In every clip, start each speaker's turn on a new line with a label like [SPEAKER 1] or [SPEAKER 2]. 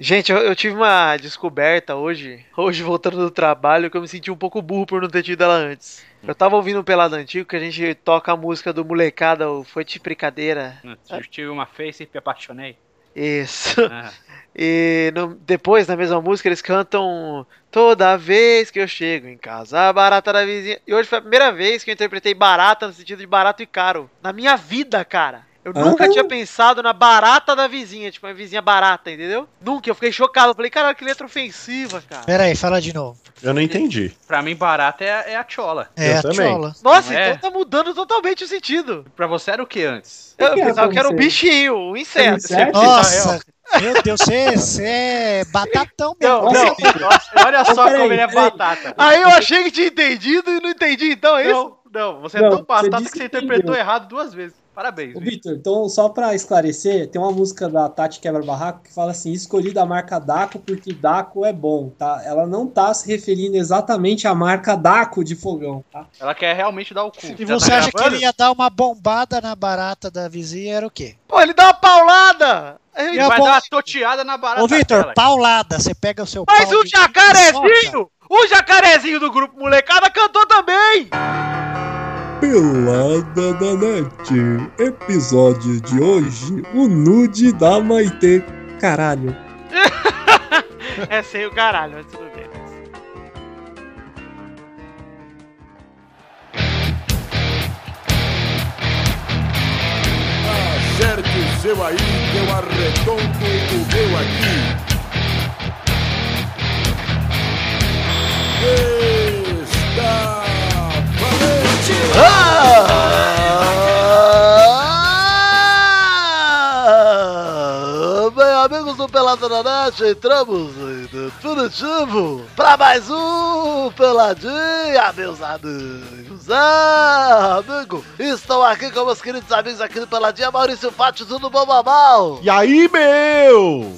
[SPEAKER 1] Gente, eu, eu tive uma descoberta hoje, hoje voltando do trabalho, que eu me senti um pouco burro por não ter tido ela antes. Eu tava ouvindo um pelado antigo que a gente toca a música do molecada, o Foi de Brincadeira.
[SPEAKER 2] Né? Eu tive uma face e me apaixonei.
[SPEAKER 1] Isso. Ah. E no, depois, na mesma música, eles cantam Toda vez que eu chego em casa, a barata da vizinha. E hoje foi a primeira vez que eu interpretei barata no sentido de barato e caro. Na minha vida, cara. Eu ah. nunca tinha pensado na barata da vizinha, tipo, uma vizinha barata, entendeu? Nunca, eu fiquei chocado. Eu falei, caralho, que letra ofensiva, cara.
[SPEAKER 3] Pera aí, fala de novo.
[SPEAKER 4] Eu não entendi.
[SPEAKER 2] Pra mim, barata é, é a chola.
[SPEAKER 3] É, eu a também. chola.
[SPEAKER 1] Nossa, não então é? tá mudando totalmente o sentido.
[SPEAKER 2] Pra você era o que antes?
[SPEAKER 1] Eu, que pensava que era um bichinho, um inseto. Um
[SPEAKER 3] tá,
[SPEAKER 1] inseto?
[SPEAKER 3] Nossa, meu Deus, você é batatão mesmo.
[SPEAKER 2] Não, não. Nossa, olha só peraí, como ele é batata.
[SPEAKER 1] Aí eu achei que tinha entendido e não entendi, então é
[SPEAKER 2] não, isso? Não, você não, é tão batata você que você interpretou entendeu. errado duas vezes. Parabéns.
[SPEAKER 5] Vitor, então só para esclarecer, tem uma música da Tati Quebra Barraco que fala assim: escolhi da marca Daco porque Daco é bom, tá? Ela não tá se referindo exatamente à marca Daco de fogão, tá?
[SPEAKER 2] Ela quer realmente dar o cu.
[SPEAKER 3] E você tá acha gravando? que ele ia dar uma bombada na barata da vizinha? Era o quê?
[SPEAKER 1] Pô, ele dá uma paulada!
[SPEAKER 2] Ele vai bom... dar uma toteada na barata.
[SPEAKER 3] Ô, Vitor, paulada, você pega o seu
[SPEAKER 1] Mas o um jacarezinho! O jacarezinho do grupo molecada cantou também!
[SPEAKER 6] Pelada da Net. Episódio de hoje: o nude da Maitê. Caralho.
[SPEAKER 1] é sem o caralho, mas tudo bem.
[SPEAKER 7] Acerte o seu aí, que eu arredondo o meu aqui. Está
[SPEAKER 1] ah! Bem, amigos do Pelada na Net, entramos em definitivo para mais um Peladinha, meus amigos. Ah, amigo, estão aqui com meus queridos amigos aqui do Peladinha, Maurício Fátio, tudo bom, Mamal?
[SPEAKER 4] E aí, meu?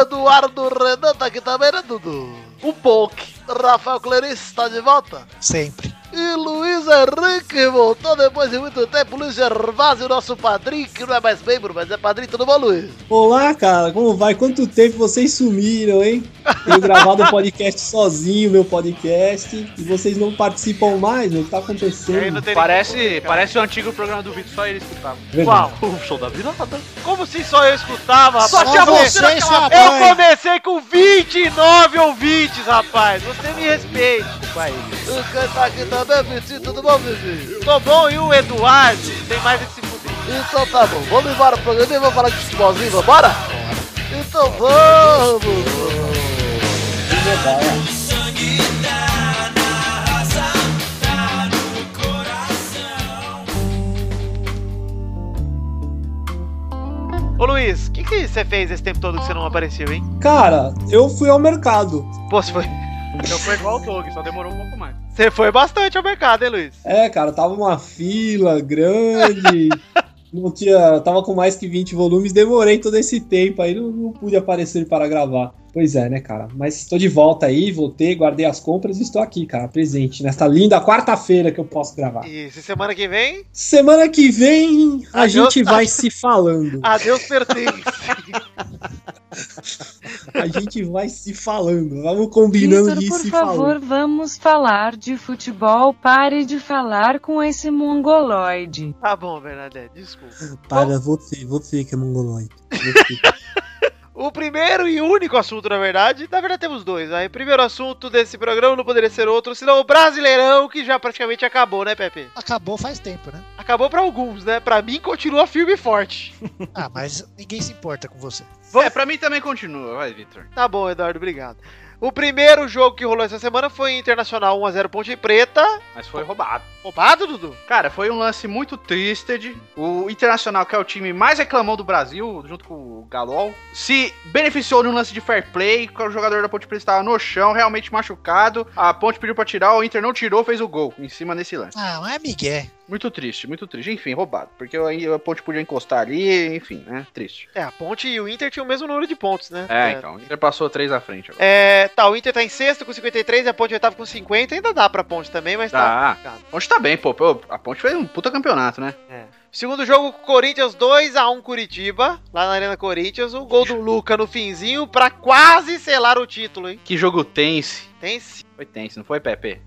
[SPEAKER 1] Eduardo Renan tá aqui também, né, Dudu? O Polk. Rafael Clarice está de volta?
[SPEAKER 3] Sempre.
[SPEAKER 1] E Luiz Henrique voltou depois de muito tempo. Luiz Gervásio, nosso padrinho, que não é mais membro, mas é padrinho. Tudo bom, Luiz?
[SPEAKER 5] Olá, cara. Como vai? Quanto tempo vocês sumiram, hein? Tenho gravado um podcast sozinho, meu podcast. E vocês não participam mais, meu. O que tá acontecendo?
[SPEAKER 2] Parece, ninguém, parece o antigo programa do Vitor, só ele escutava.
[SPEAKER 1] Verdade. Uau, o show da virada. Como se só eu escutava, rapaz? Só tinha você naquela... Eu comecei com 29 ouvintes, rapaz. Você me respeite, pai. O que tá aqui também. Tá também, Vitinho? Tudo bom, Vitinho? Tô bom e o Eduardo tem mais de se fuder. Então tá bom, vamos embora pro programa e vamos falar de futebolzinho, vambora? Então vamos! Que legal, é. Ô Luiz, o que, que você fez esse tempo todo que você não apareceu, hein?
[SPEAKER 5] Cara, eu fui ao mercado.
[SPEAKER 1] Pô, você foi.
[SPEAKER 2] Eu fui igual o Doug, só demorou um pouco mais.
[SPEAKER 1] Você foi bastante ao mercado, hein, Luiz?
[SPEAKER 5] É, cara, tava uma fila grande. não tinha. Tava com mais que 20 volumes, demorei todo esse tempo aí, não, não, pude aparecer para gravar. Pois é, né, cara? Mas estou de volta aí, voltei, guardei as compras e estou aqui, cara, presente, nesta linda quarta-feira que eu posso gravar.
[SPEAKER 1] E semana que vem?
[SPEAKER 5] Semana que vem a Adeus, gente vai se falando.
[SPEAKER 1] Adeus pertence.
[SPEAKER 5] A gente vai se falando, vamos combinando Victor, de
[SPEAKER 8] por
[SPEAKER 5] se
[SPEAKER 8] favor,
[SPEAKER 5] falando.
[SPEAKER 8] vamos falar de futebol. Pare de falar com esse mongoloide.
[SPEAKER 1] Tá bom, Bernadette, desculpa.
[SPEAKER 5] Para você, você que é mongoloide.
[SPEAKER 1] o primeiro e único assunto, na verdade, na verdade temos dois. Aí, né? primeiro assunto desse programa não poderia ser outro, senão o Brasileirão, que já praticamente acabou, né, Pepe?
[SPEAKER 3] Acabou faz tempo, né?
[SPEAKER 1] Acabou para alguns, né? Para mim continua firme e forte.
[SPEAKER 3] ah, mas ninguém se importa com você.
[SPEAKER 2] Vamos... É, pra mim também continua, vai, Victor.
[SPEAKER 1] Tá bom, Eduardo, obrigado. O primeiro jogo que rolou essa semana foi Internacional 1x0 Ponte Preta.
[SPEAKER 2] Mas foi roubado.
[SPEAKER 1] Roubado, Dudu?
[SPEAKER 2] Cara, foi um lance muito triste. De... O Internacional, que é o time mais reclamão do Brasil, junto com o Galol, se beneficiou de um lance de fair play, que o jogador da Ponte Preta estava no chão, realmente machucado. A Ponte pediu pra tirar, o Inter não tirou, fez o gol em cima desse lance.
[SPEAKER 3] Ah, não é Miguel.
[SPEAKER 2] Muito triste, muito triste. Enfim, roubado. Porque a Ponte podia encostar ali, enfim, né? Triste.
[SPEAKER 1] É, a Ponte e o Inter tinham o mesmo número de pontos, né?
[SPEAKER 2] É, é. então. O Inter passou três à frente agora.
[SPEAKER 1] É, tá, o Inter tá em sexto com 53 e a Ponte oitava com 50. Ainda dá pra Ponte também, mas
[SPEAKER 2] Tá. dá. tá. A Ponte tá bem, pô. A Ponte fez um puta campeonato, né? É.
[SPEAKER 1] Segundo jogo, Corinthians 2x1 Curitiba, lá na Arena Corinthians. O gol do Luca no finzinho pra quase selar o título, hein?
[SPEAKER 2] Que jogo tense.
[SPEAKER 1] Tem sim.
[SPEAKER 2] Foi tense, não foi, Pepe?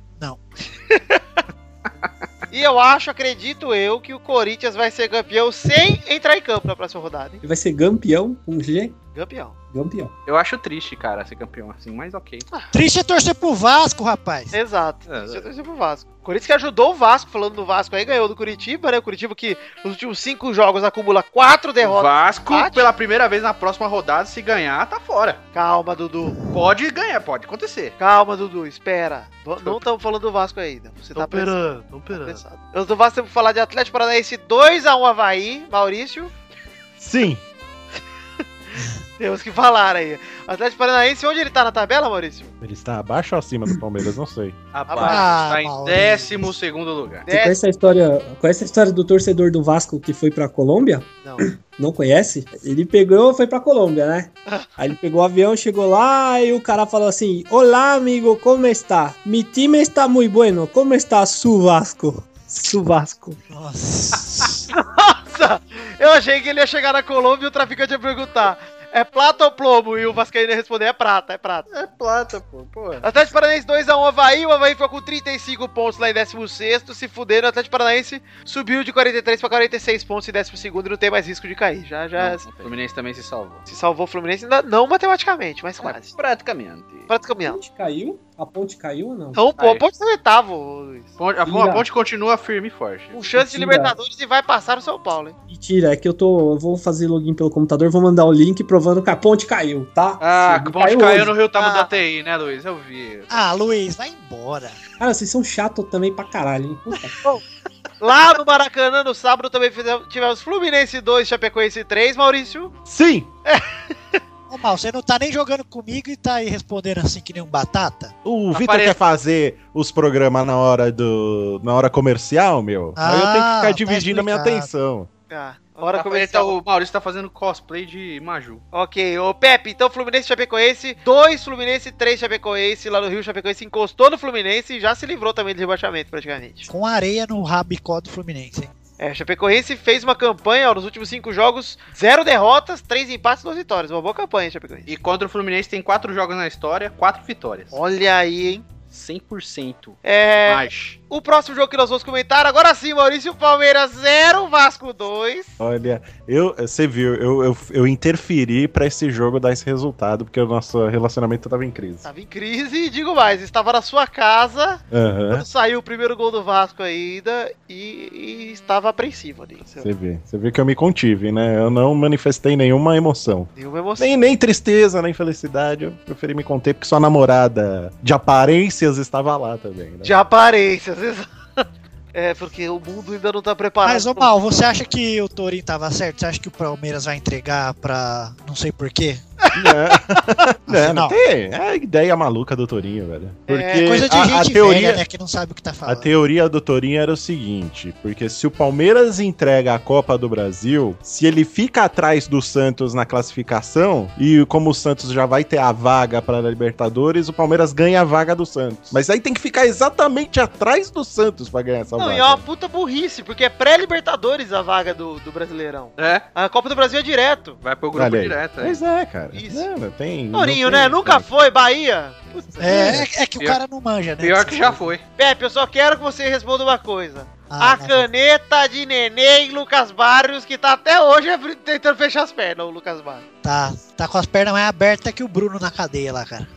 [SPEAKER 1] E eu acho, acredito eu, que o Corinthians vai ser campeão sem entrar em campo na próxima rodada, hein?
[SPEAKER 5] Ele vai ser campeão com G?
[SPEAKER 1] Campeão.
[SPEAKER 5] Campeão.
[SPEAKER 2] Eu acho triste, cara, ser campeão assim, mas ok.
[SPEAKER 3] Triste é torcer pro Vasco, rapaz.
[SPEAKER 1] Exato.
[SPEAKER 2] É,
[SPEAKER 1] Isso é torcer pro Vasco. O Corinthians que ajudou o Vasco, falando do Vasco aí, ganhou do Curitiba, né? O Curitiba que nos últimos cinco jogos acumula quatro derrotas.
[SPEAKER 2] Vasco,
[SPEAKER 1] empate.
[SPEAKER 2] pela primeira vez na próxima rodada, se ganhar, tá fora.
[SPEAKER 1] Calma, Dudu.
[SPEAKER 2] Pode ganhar, pode acontecer.
[SPEAKER 1] Calma, Dudu. Espera. V- Não estamos falando do Vasco ainda. Você tá pensando.
[SPEAKER 4] tô esperando.
[SPEAKER 1] Pensado. Antes do Vasco, temos que falar de Atlético Paranaense 2x1 Havaí, Maurício.
[SPEAKER 4] Sim.
[SPEAKER 1] Temos que falar aí. Atlético Paranaense, onde ele tá na tabela, Maurício?
[SPEAKER 4] Ele está abaixo ou acima do Palmeiras? Não sei.
[SPEAKER 2] Abaixo, tá em
[SPEAKER 3] Maurício.
[SPEAKER 2] décimo segundo lugar.
[SPEAKER 5] Você conhece a história, conhece a história do torcedor do Vasco que foi pra Colômbia?
[SPEAKER 1] Não.
[SPEAKER 5] Não conhece? Ele pegou, foi pra Colômbia, né? Aí ele pegou o avião, chegou lá e o cara falou assim: Olá, amigo, como está? Mi time está muito bueno. Como está su Vasco? Su Vasco.
[SPEAKER 3] Nossa.
[SPEAKER 1] Eu achei que ele ia chegar na Colômbia e o traficante ia perguntar. É plata ou plomo? E o Vascaíno ia responder, é prata, é prata.
[SPEAKER 2] É plata, pô, pô.
[SPEAKER 1] Atlético Paranaense 2x1 Havaí, o Havaí ficou com 35 pontos lá em 16º, se fuderam, o Atlético Paranaense subiu de 43 pra 46 pontos em 12º e não tem mais risco de cair, já, já
[SPEAKER 2] O Fluminense também se salvou. É,
[SPEAKER 1] se salvou o Fluminense, ainda não matematicamente, mas quase.
[SPEAKER 2] Praticamente.
[SPEAKER 1] Prato
[SPEAKER 5] A
[SPEAKER 1] caminhando.
[SPEAKER 5] ponte caiu? A ponte caiu ou não?
[SPEAKER 1] Então, pô,
[SPEAKER 2] Aí.
[SPEAKER 1] pode ser oitavo, Luiz.
[SPEAKER 2] Ponte- A a ponte continua firme e forte.
[SPEAKER 1] Com chance de
[SPEAKER 5] Mentira.
[SPEAKER 1] Libertadores e vai passar o São Paulo, hein?
[SPEAKER 5] Mentira, é que eu tô. Eu vou fazer login pelo computador, vou mandar o link provando que a ponte caiu, tá?
[SPEAKER 2] Ah,
[SPEAKER 5] Sim,
[SPEAKER 2] que ponte
[SPEAKER 5] caiu
[SPEAKER 2] caiu
[SPEAKER 5] hoje.
[SPEAKER 2] no Rio Tamo
[SPEAKER 1] Ah.
[SPEAKER 2] da TI, né, Luiz? Eu vi.
[SPEAKER 3] Ah, Luiz, vai embora.
[SPEAKER 5] Cara, vocês são chatos também pra caralho, hein? Puta.
[SPEAKER 1] Lá no Maracanã, no sábado, também fizemos- tivemos Fluminense 2, Chapecoense 3, Maurício.
[SPEAKER 4] Sim!
[SPEAKER 3] Ô, Mal, você não tá nem jogando comigo e tá aí respondendo assim que nem um batata?
[SPEAKER 4] O
[SPEAKER 2] Aparece-
[SPEAKER 4] Vitor quer fazer os programas na hora do. na hora comercial, meu. Aí eu tenho que
[SPEAKER 3] Ah,
[SPEAKER 4] ficar
[SPEAKER 3] tá
[SPEAKER 4] dividindo a minha
[SPEAKER 3] explicado.
[SPEAKER 4] atenção.
[SPEAKER 1] Ah, hora
[SPEAKER 2] Tá- ele tá-
[SPEAKER 1] comercial.
[SPEAKER 2] o Maurício tá fazendo cosplay de Maju.
[SPEAKER 1] Ok, ô Pepe, então Fluminense e Chapecoense, 2 Fluminense, 3 Chapecoense, lá no Rio Chapecoense encostou no Fluminense e já se livrou também do rebaixamento praticamente.
[SPEAKER 3] Com areia no rabicó do Fluminense, hein?
[SPEAKER 1] É, Chapecoense fez uma campanha ó, nos últimos 5 jogos, 0 derrotas, 3 empates, 2 vitórias. Uma boa campanha, Chapecoense.
[SPEAKER 2] E contra o Fluminense tem quatro jogos na história, quatro vitórias.
[SPEAKER 1] Olha aí, hein?
[SPEAKER 2] 100%
[SPEAKER 1] É,
[SPEAKER 2] mais.
[SPEAKER 1] o próximo jogo que nós vamos comentar, agora sim, Maurício Palmeiras 0, Vasco 2.
[SPEAKER 4] Olha, eu. Você viu, eu, eu, eu interferi pra esse jogo dar esse resultado, porque o nosso relacionamento tava em crise.
[SPEAKER 1] Estava em crise e digo mais, estava na sua casa,
[SPEAKER 4] Aham.
[SPEAKER 1] quando saiu o primeiro gol do Vasco ainda e, e estava apreensivo ali.
[SPEAKER 4] Você vê. Você vê que eu me contive, né? Eu não manifestei nenhuma emoção.
[SPEAKER 1] Nenhuma emoção.
[SPEAKER 4] Nem, nem tristeza, nem felicidade. Eu preferi me conter porque sua namorada de aparências estava lá também. Né?
[SPEAKER 1] De aparências, exato. É, porque o mundo ainda não tá preparado.
[SPEAKER 3] Mas, ô
[SPEAKER 1] pra-
[SPEAKER 3] Mal, você acha que o Torinho tava certo? Você acha que o Palmeiras vai entregar pra não sei porquê?
[SPEAKER 4] Não, não
[SPEAKER 3] Afinal.
[SPEAKER 4] tem. É a ideia maluca do Torinho, velho. Porque
[SPEAKER 1] É
[SPEAKER 3] Coisa de
[SPEAKER 4] a,
[SPEAKER 3] gente
[SPEAKER 4] a teoria,
[SPEAKER 3] velha, né, que não sabe o que tá
[SPEAKER 4] a
[SPEAKER 3] falando.
[SPEAKER 4] teoria do Torinho era o seguinte: porque se o Palmeiras entrega a Copa do Brasil, se ele fica atrás do Santos na classificação, e como o Santos já vai ter a vaga para a Libertadores, o Palmeiras ganha a vaga do Santos. Mas aí tem que ficar exatamente atrás do Santos para ganhar essa
[SPEAKER 1] Não,
[SPEAKER 4] vaga.
[SPEAKER 1] e é uma puta burrice, porque é pré-Libertadores a vaga do, do Brasileirão.
[SPEAKER 2] É,
[SPEAKER 1] A Copa do Brasil é direto.
[SPEAKER 2] vai pro grupo
[SPEAKER 4] Olha aí.
[SPEAKER 2] direto. é.
[SPEAKER 4] Pois é, cara.
[SPEAKER 1] Isso.
[SPEAKER 4] Não, não tem.
[SPEAKER 1] Torinho,
[SPEAKER 4] não tem-
[SPEAKER 1] né? Nunca foi, Bahia. Puta.
[SPEAKER 3] É, é- é que o
[SPEAKER 2] Pior-
[SPEAKER 3] cara não manja, né?
[SPEAKER 2] Pior que já foi.
[SPEAKER 1] Pepe, eu só quero que você responda uma coisa.
[SPEAKER 3] Ah,
[SPEAKER 1] a
[SPEAKER 2] né?
[SPEAKER 1] caneta de neném Lucas Barrios, que tá até hoje abri- tentando fechar as pernas, o Lucas Barrios.
[SPEAKER 3] tá, tá com as pernas mais abertas que o Bruno na cadeia lá, cara.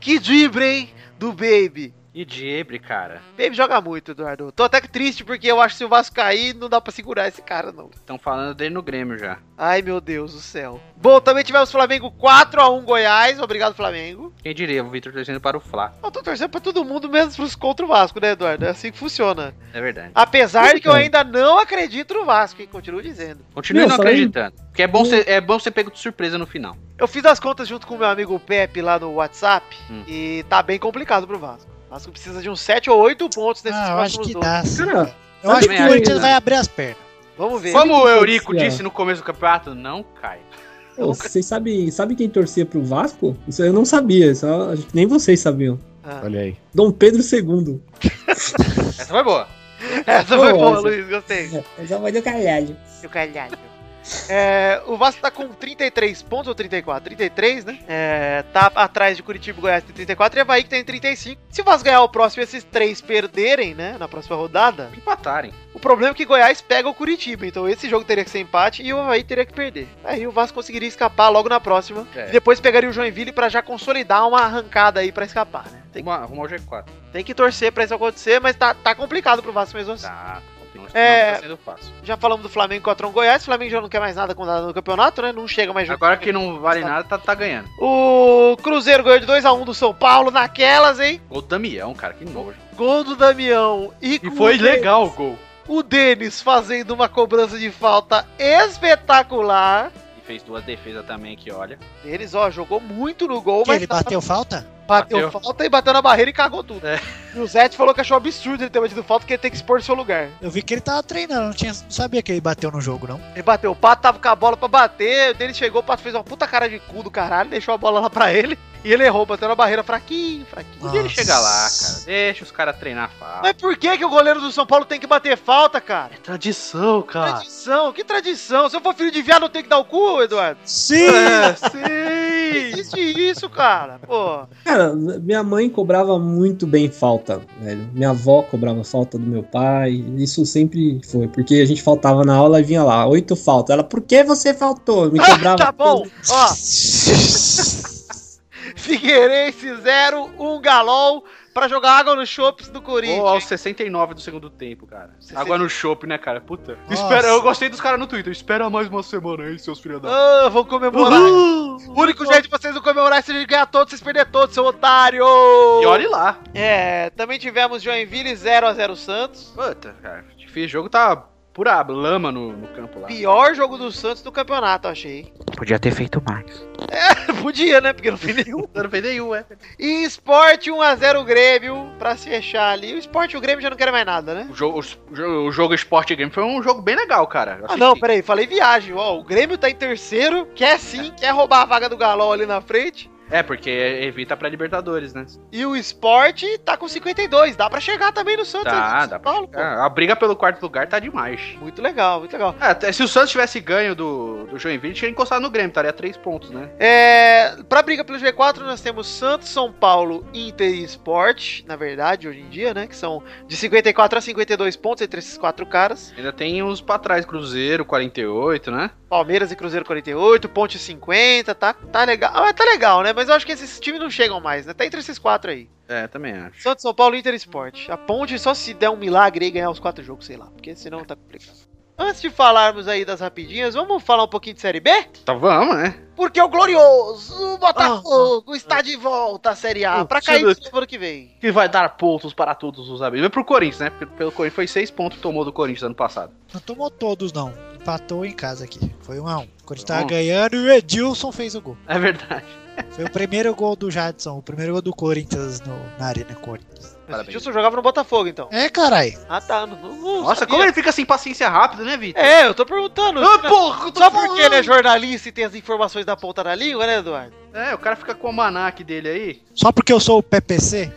[SPEAKER 1] Que drible, hein? Do Baby.
[SPEAKER 2] E Dibre, cara.
[SPEAKER 1] Baby joga muito, Eduardo. Tô até triste porque eu acho que se o Vasco cair, não dá pra segurar esse cara, não.
[SPEAKER 2] Estão falando dele no Grêmio já.
[SPEAKER 1] Ai, meu Deus do céu. Bom, também tivemos Flamengo 4x1 Goiás. Obrigado, Flamengo.
[SPEAKER 2] Quem diria, o Vitor torcendo para o Fla.
[SPEAKER 1] Eu tô torcendo pra todo mundo, menos pros contra o Vasco, né, Eduardo? É assim que funciona.
[SPEAKER 2] É verdade.
[SPEAKER 1] Apesar de que eu
[SPEAKER 3] Então.
[SPEAKER 1] ainda não acredito no Vasco, hein? Continuo dizendo.
[SPEAKER 2] Continue
[SPEAKER 5] Meu,
[SPEAKER 2] não
[SPEAKER 5] só lembra-
[SPEAKER 2] acreditando. Porque é bom, ser, é bom ser pego de surpresa no final.
[SPEAKER 1] Eu fiz as contas junto com o meu amigo Pepe lá no WhatsApp
[SPEAKER 2] Hum.
[SPEAKER 1] e tá bem complicado pro Vasco. O Vasco precisa de uns 7 ou 8 pontos nesses
[SPEAKER 3] Ah, eu acho
[SPEAKER 1] próximos
[SPEAKER 3] que
[SPEAKER 1] jogos.
[SPEAKER 3] dá. sim.
[SPEAKER 5] Cara,
[SPEAKER 3] Eu
[SPEAKER 2] também
[SPEAKER 3] acho que o
[SPEAKER 2] acho,
[SPEAKER 3] Corinthians
[SPEAKER 2] né?
[SPEAKER 3] vai abrir as pernas.
[SPEAKER 1] Vamos ver.
[SPEAKER 2] Como o Eurico
[SPEAKER 5] acontecia?
[SPEAKER 2] disse no começo do campeonato, não cai.
[SPEAKER 5] ô, vocês sabem sabe quem torcia pro Vasco? Isso eu não sabia, só- nem vocês sabiam.
[SPEAKER 1] Ah.
[SPEAKER 4] Olha aí.
[SPEAKER 5] Dom Pedro II.
[SPEAKER 2] Essa foi boa.
[SPEAKER 1] Essa foi
[SPEAKER 5] Boa,
[SPEAKER 1] boa,
[SPEAKER 5] essa.
[SPEAKER 1] Luiz, gostei.
[SPEAKER 5] Mas é uma do caralho.
[SPEAKER 1] O caralho. É, o Vasco tá com 33 pontos ou 34? 33, né? É, tá atrás de Curitiba e Goiás tem 34 e Havaí que tem 35. Se o Vasco ganhar o próximo e esses três perderem, né? Na próxima rodada,
[SPEAKER 2] Empatarem.
[SPEAKER 1] o problema é que Goiás pega o Curitiba. Então esse jogo teria que ser empate e o Havaí teria que perder. Aí o Vasco conseguiria escapar logo na próxima.
[SPEAKER 2] É.
[SPEAKER 1] E depois pegaria o Joinville pra já consolidar uma arrancada aí pra escapar, né? Tem,
[SPEAKER 2] Vamos arrumar o G4.
[SPEAKER 1] tem que torcer pra isso acontecer, mas tá, tá complicado pro Vasco mesmo assim.
[SPEAKER 2] Tá. Não
[SPEAKER 1] É.
[SPEAKER 2] é... tá sendo fácil.
[SPEAKER 1] Já falamos do Flamengo contra o Goiás. O Flamengo já não quer mais nada com nada no campeonato, né? Não chega mais junto.
[SPEAKER 2] Agora que não vale nada, tá, tá ganhando.
[SPEAKER 1] O Cruzeiro ganhou de 2x1 do São Paulo naquelas, hein?
[SPEAKER 2] Gol do Damião, cara, que nojo.
[SPEAKER 1] Gol do Damião. E,
[SPEAKER 2] E
[SPEAKER 1] com
[SPEAKER 2] foi
[SPEAKER 1] o De-
[SPEAKER 2] legal o gol.
[SPEAKER 1] O Denis fazendo uma cobrança de falta espetacular.
[SPEAKER 2] E fez duas defesas também que olha.
[SPEAKER 1] Denis, ó, jogou muito no gol,
[SPEAKER 3] Que
[SPEAKER 1] mas
[SPEAKER 3] ele bateu falta?
[SPEAKER 1] bateu
[SPEAKER 2] bateu.
[SPEAKER 1] falta e bateu na barreira e cagou tudo.
[SPEAKER 2] É.
[SPEAKER 1] E o Zete falou que achou absurdo ele ter batido falta, que ele tem que expor seu lugar.
[SPEAKER 3] Eu vi que ele tava treinando, não, tinha, não sabia que ele bateu no jogo, não.
[SPEAKER 1] Ele bateu, o Pato tava com a bola pra bater, o Denis chegou, o Pato fez uma puta cara de cu do caralho, deixou a bola lá pra ele, e ele errou, bateu na barreira fraquinho, fraquinho.
[SPEAKER 2] Podia ele
[SPEAKER 3] Nossa.
[SPEAKER 2] chegar lá, cara. Deixa os caras treinar fácil.
[SPEAKER 1] Mas por que que o goleiro do São Paulo tem que bater falta, cara?
[SPEAKER 2] Tradição, cara.
[SPEAKER 1] Tradição, que tradição? Se eu for filho de viado, eu tenho que dar o cu, Eduardo? É,
[SPEAKER 3] Sim!
[SPEAKER 2] É, sim.
[SPEAKER 1] Existe isso, cara, pô.
[SPEAKER 5] Cara, minha mãe cobrava muito bem falta, velho. Minha avó cobrava falta do meu pai. Isso sempre foi, porque a gente faltava na aula e vinha lá, oito faltas. Ela, por que você faltou? Me cobrava.
[SPEAKER 1] tá bom, ó,
[SPEAKER 3] Nossa.
[SPEAKER 1] Figueirense 0, um galol pra jogar água no chopps do
[SPEAKER 2] Ou
[SPEAKER 1] Corinthians.
[SPEAKER 2] aos 69 do segundo tempo, cara.
[SPEAKER 1] 60.
[SPEAKER 2] Água no chopp, né, cara? Puta.
[SPEAKER 3] Nossa.
[SPEAKER 2] Espera, eu gostei dos caras no Twitter. Espera mais uma semana aí, seus filhos da.
[SPEAKER 1] Ah, vão comemorar. O único jeito de vocês não comemorar é se eles ganhar todos, vocês perderem todos, seu otário!
[SPEAKER 2] E olhe lá.
[SPEAKER 1] É, também tivemos Joinville 0x0 Santos.
[SPEAKER 2] Puta, cara. Difícil. O jogo tá pura lama no, no campo lá.
[SPEAKER 1] Pior jogo do Santos do campeonato, eu achei.
[SPEAKER 2] Podia ter feito mais.
[SPEAKER 1] Podia, né? Porque não fez nenhum.
[SPEAKER 2] Eu não fez nenhum, é.
[SPEAKER 1] E Sport 1x0 Grêmio, pra se fechar ali. O Sport e o Grêmio já não querem mais nada, né?
[SPEAKER 2] O jogo, o jogo, o jogo Sport Game foi um jogo bem legal, cara. Eu
[SPEAKER 1] Ah, não,
[SPEAKER 2] assisti.
[SPEAKER 1] peraí, falei viagem. Ó, o Grêmio tá em terceiro, quer sim, quer roubar a vaga do Galol ali na frente.
[SPEAKER 2] É, porque evita pra Libertadores, né?
[SPEAKER 1] E o Sport tá com 52, dá pra chegar também no Santos.
[SPEAKER 2] Tá,
[SPEAKER 1] ali, no São
[SPEAKER 2] dá pra
[SPEAKER 1] Paulo, pô.
[SPEAKER 2] Ah, a briga pelo quarto lugar tá demais.
[SPEAKER 1] Muito legal, muito legal.
[SPEAKER 2] É, até se o Santos tivesse ganho do, do Joinville, tinha encostado no Grêmio, estaria três pontos, né?
[SPEAKER 1] É, pra briga pelo G4, nós temos Santos, São Paulo, Inter e Sport, na verdade, hoje em dia, né? Que são de 54 a 52 pontos entre esses quatro caras.
[SPEAKER 2] Ainda tem uns pra trás, Cruzeiro, 48, né?
[SPEAKER 1] Palmeiras e Cruzeiro 48, Ponte 50, tá, tá legal. Ah, tá legal, né? Mas eu acho que esses times não chegam mais, né? Tá entre esses quatro aí.
[SPEAKER 2] É, também acho.
[SPEAKER 1] Santos, São Paulo, Inter e Sport. A Ponte só se der um milagre e ganhar os quatro jogos, sei lá, porque senão tá complicado. Antes de falarmos aí das rapidinhas, vamos falar um pouquinho de Série B?
[SPEAKER 2] Então vamos, né?
[SPEAKER 1] Porque o glorioso Botafogo está de volta à Série A, pra cair de novo ano que vem.
[SPEAKER 2] Que vai dar pontos para todos os amigos. Vai pro Corinthians, né? Porque pelo Corinthians foi seis pontos que tomou do Corinthians ano passado.
[SPEAKER 3] Não tomou todos, não. Empatou em casa aqui. Foi um a um.
[SPEAKER 2] Foi
[SPEAKER 3] Quando
[SPEAKER 2] um a
[SPEAKER 3] tava
[SPEAKER 2] um.
[SPEAKER 3] ganhando, o Edilson fez o gol.
[SPEAKER 2] É verdade.
[SPEAKER 3] Foi o primeiro gol do Jadson, o primeiro gol do Corinthians no, na Arena Corinthians.
[SPEAKER 1] Mas o
[SPEAKER 2] Parabéns.
[SPEAKER 1] Gilson jogava no Botafogo, então.
[SPEAKER 3] É, carai.
[SPEAKER 1] Ah, tá. Não, não- não
[SPEAKER 2] Nossa,
[SPEAKER 1] sabia.
[SPEAKER 2] como ele fica sem paciência rápido, né, Vitor?
[SPEAKER 1] É, eu tô perguntando.
[SPEAKER 2] Ah, porra, eu tô
[SPEAKER 1] Só
[SPEAKER 2] falando.
[SPEAKER 1] porque ele é jornalista e tem as informações da ponta da língua, né, Eduardo?
[SPEAKER 2] É, o cara fica com o manac dele aí.
[SPEAKER 3] Só porque eu sou o PPC?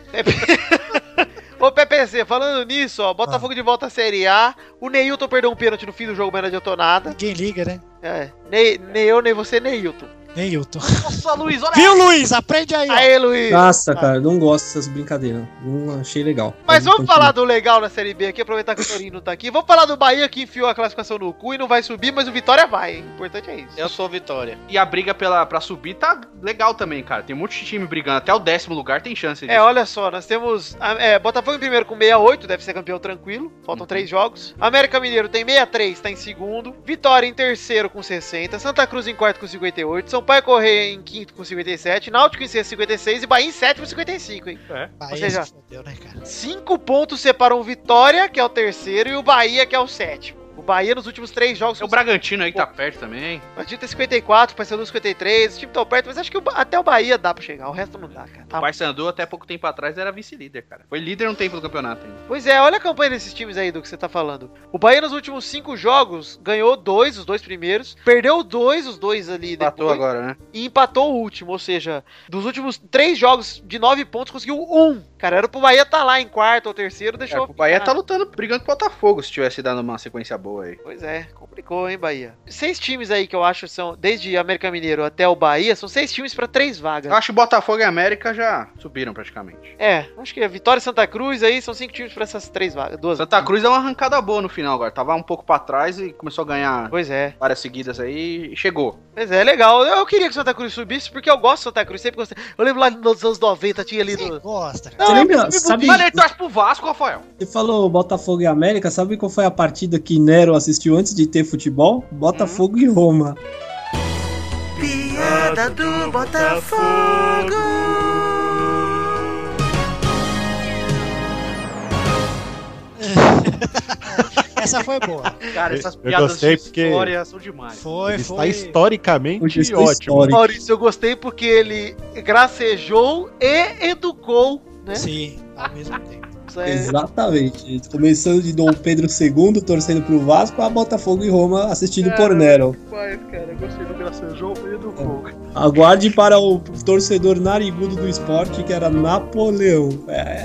[SPEAKER 1] Ô, PPC, falando nisso, ó, Botafogo de volta à Série A. O Neilton perdeu um pênalti no fim do jogo, mas não adiantou nada.
[SPEAKER 3] Ninguém liga, né?
[SPEAKER 1] É, nem, nem eu, nem você, nem Hilton.
[SPEAKER 3] Nem eu tô.
[SPEAKER 1] Nossa, Luiz, olha Ah,
[SPEAKER 3] Viu, Luiz? Aprende aí. ó.
[SPEAKER 1] Aê, Luiz!
[SPEAKER 5] Nossa, cara, não gosto dessas brincadeiras. Não achei legal.
[SPEAKER 1] Mas vamos
[SPEAKER 5] Continua.
[SPEAKER 1] falar do legal da Série B aqui, aproveitar que o Torino tá aqui. Vamos falar do Bahia que enfiou a classificação no cu e não vai subir, mas o Vitória vai, hein? O importante é isso.
[SPEAKER 9] Eu sou Vitória.
[SPEAKER 2] E a briga pela, pra subir tá legal também, cara. Tem um monte de time brigando. Até o décimo lugar tem chance
[SPEAKER 1] É, olha só, nós temos ah, é, Botafogo em primeiro com 68, deve ser campeão tranquilo, faltam
[SPEAKER 2] Uhum.
[SPEAKER 1] três jogos. América Mineiro tem 63, tá em segundo. Vitória em terceiro com 60, Santa Cruz em quarto com 58, Sampaio Correia em quinto com 57, Náutico em sexto com 56 e Bahia em sétimo com 55, hein?
[SPEAKER 3] Bahia
[SPEAKER 1] seja-
[SPEAKER 3] se fodeu, né, cara?
[SPEAKER 1] Cinco pontos separam o Vitória, que é o terceiro, e o Bahia, que é o sétimo. O Bahia nos últimos três jogos.
[SPEAKER 2] O Bragantino aí que tá perto também.
[SPEAKER 1] Mas dita é 54, Paysandu 53, o time tão perto, mas acho que o Ba- até o Bahia dá pra chegar, o resto não dá, cara. Tá-
[SPEAKER 2] O Paysandu até pouco tempo atrás era vice-líder, cara. Foi líder um tempo do campeonato ainda.
[SPEAKER 1] Pois é, olha a campanha desses times aí do que você tá falando. O Bahia nos últimos cinco jogos ganhou dois, os dois primeiros, perdeu dois, os dois ali
[SPEAKER 2] Empatou
[SPEAKER 1] depois,
[SPEAKER 2] agora, né?
[SPEAKER 1] e empatou o último, ou seja, dos últimos três jogos de nove pontos conseguiu um. Cara, era pro Bahia tá lá em quarto ou terceiro,
[SPEAKER 2] É,
[SPEAKER 1] deixou.
[SPEAKER 2] o Bahia
[SPEAKER 1] ficar.
[SPEAKER 2] tá lutando, brigando com o Botafogo se tivesse dado uma sequência boa aí.
[SPEAKER 1] Pois é, complicou, hein, Bahia. Seis times aí que eu acho são, desde América Mineiro até o Bahia, são seis times pra três vagas.
[SPEAKER 2] Eu acho que Botafogo e América já subiram praticamente.
[SPEAKER 1] É, acho que é Vitória e Santa Cruz aí são cinco times pra essas três vagas. Duas.
[SPEAKER 2] Santa Cruz deu uma arrancada boa no final agora. Tava um pouco pra trás e começou a ganhar
[SPEAKER 1] Pois é.
[SPEAKER 2] várias seguidas aí e chegou.
[SPEAKER 1] Pois é, legal. Eu, eu queria que Santa Cruz subisse, porque eu gosto de Santa Cruz, sempre gostei. Eu lembro lá nos anos 90, tinha ali
[SPEAKER 3] Você
[SPEAKER 1] no. é
[SPEAKER 3] gosta, cara.
[SPEAKER 5] Você lembra, sabe,
[SPEAKER 2] Mas ele torce pro Vasco, Rafael.
[SPEAKER 5] você falou Botafogo e América, sabe qual foi a partida que Nero assistiu antes de ter futebol? Botafogo e Roma.
[SPEAKER 9] Piada do
[SPEAKER 1] Tá,
[SPEAKER 9] Botafogo.
[SPEAKER 3] Essa foi boa.
[SPEAKER 2] Cara, essas
[SPEAKER 4] Eu
[SPEAKER 2] piadas
[SPEAKER 4] gostei
[SPEAKER 2] de
[SPEAKER 4] porque-
[SPEAKER 2] história são demais.
[SPEAKER 3] Foi,
[SPEAKER 4] Ele está
[SPEAKER 3] foi.
[SPEAKER 4] historicamente
[SPEAKER 5] Hoje está
[SPEAKER 4] ótimo. né?
[SPEAKER 5] histórico.
[SPEAKER 1] Maurício, eu gostei porque ele gracejou e educou, né?
[SPEAKER 3] Sim, ao mesmo tempo.
[SPEAKER 1] Isso é-
[SPEAKER 5] Exatamente. Começando de Dom Pedro II torcendo pro Vasco, a Botafogo e Roma assistido por Nero.
[SPEAKER 1] Mas, cara, É, eu gostei do gracejou e educou.
[SPEAKER 5] Aguarde para o torcedor narigudo do esporte, que era Napoleão. É,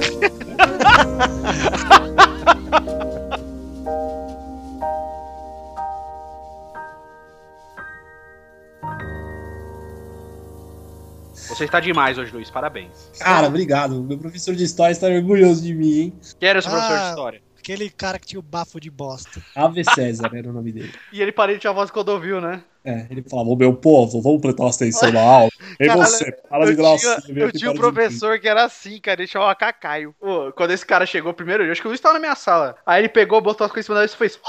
[SPEAKER 2] Você está demais hoje, Luiz. Parabéns.
[SPEAKER 5] cara, obrigado. Meu professor de história está orgulhoso de mim, hein?
[SPEAKER 2] Quero esse professor de
[SPEAKER 3] Ah.
[SPEAKER 2] história.
[SPEAKER 3] Aquele cara que tinha o bafo de bosta.
[SPEAKER 5] Ave César era o nome dele.
[SPEAKER 2] E ele parei de chamar voz Codovil, né?
[SPEAKER 5] É, ele falava, "Ô, meu povo, vamos prestar atenção na aula. E
[SPEAKER 1] Caralho,
[SPEAKER 5] você, para de
[SPEAKER 1] Eu
[SPEAKER 5] gracinha.
[SPEAKER 4] assim,
[SPEAKER 1] tinha,
[SPEAKER 5] vem
[SPEAKER 1] eu
[SPEAKER 5] aqui
[SPEAKER 1] tinha um
[SPEAKER 5] para de-
[SPEAKER 1] professor que era assim, cara, ele chamava Cacaio.
[SPEAKER 2] Pô, quando esse cara chegou primeiro, eu acho que o Luiz tava na minha sala. Aí ele pegou, botou as coisas em cima da mesa e fez.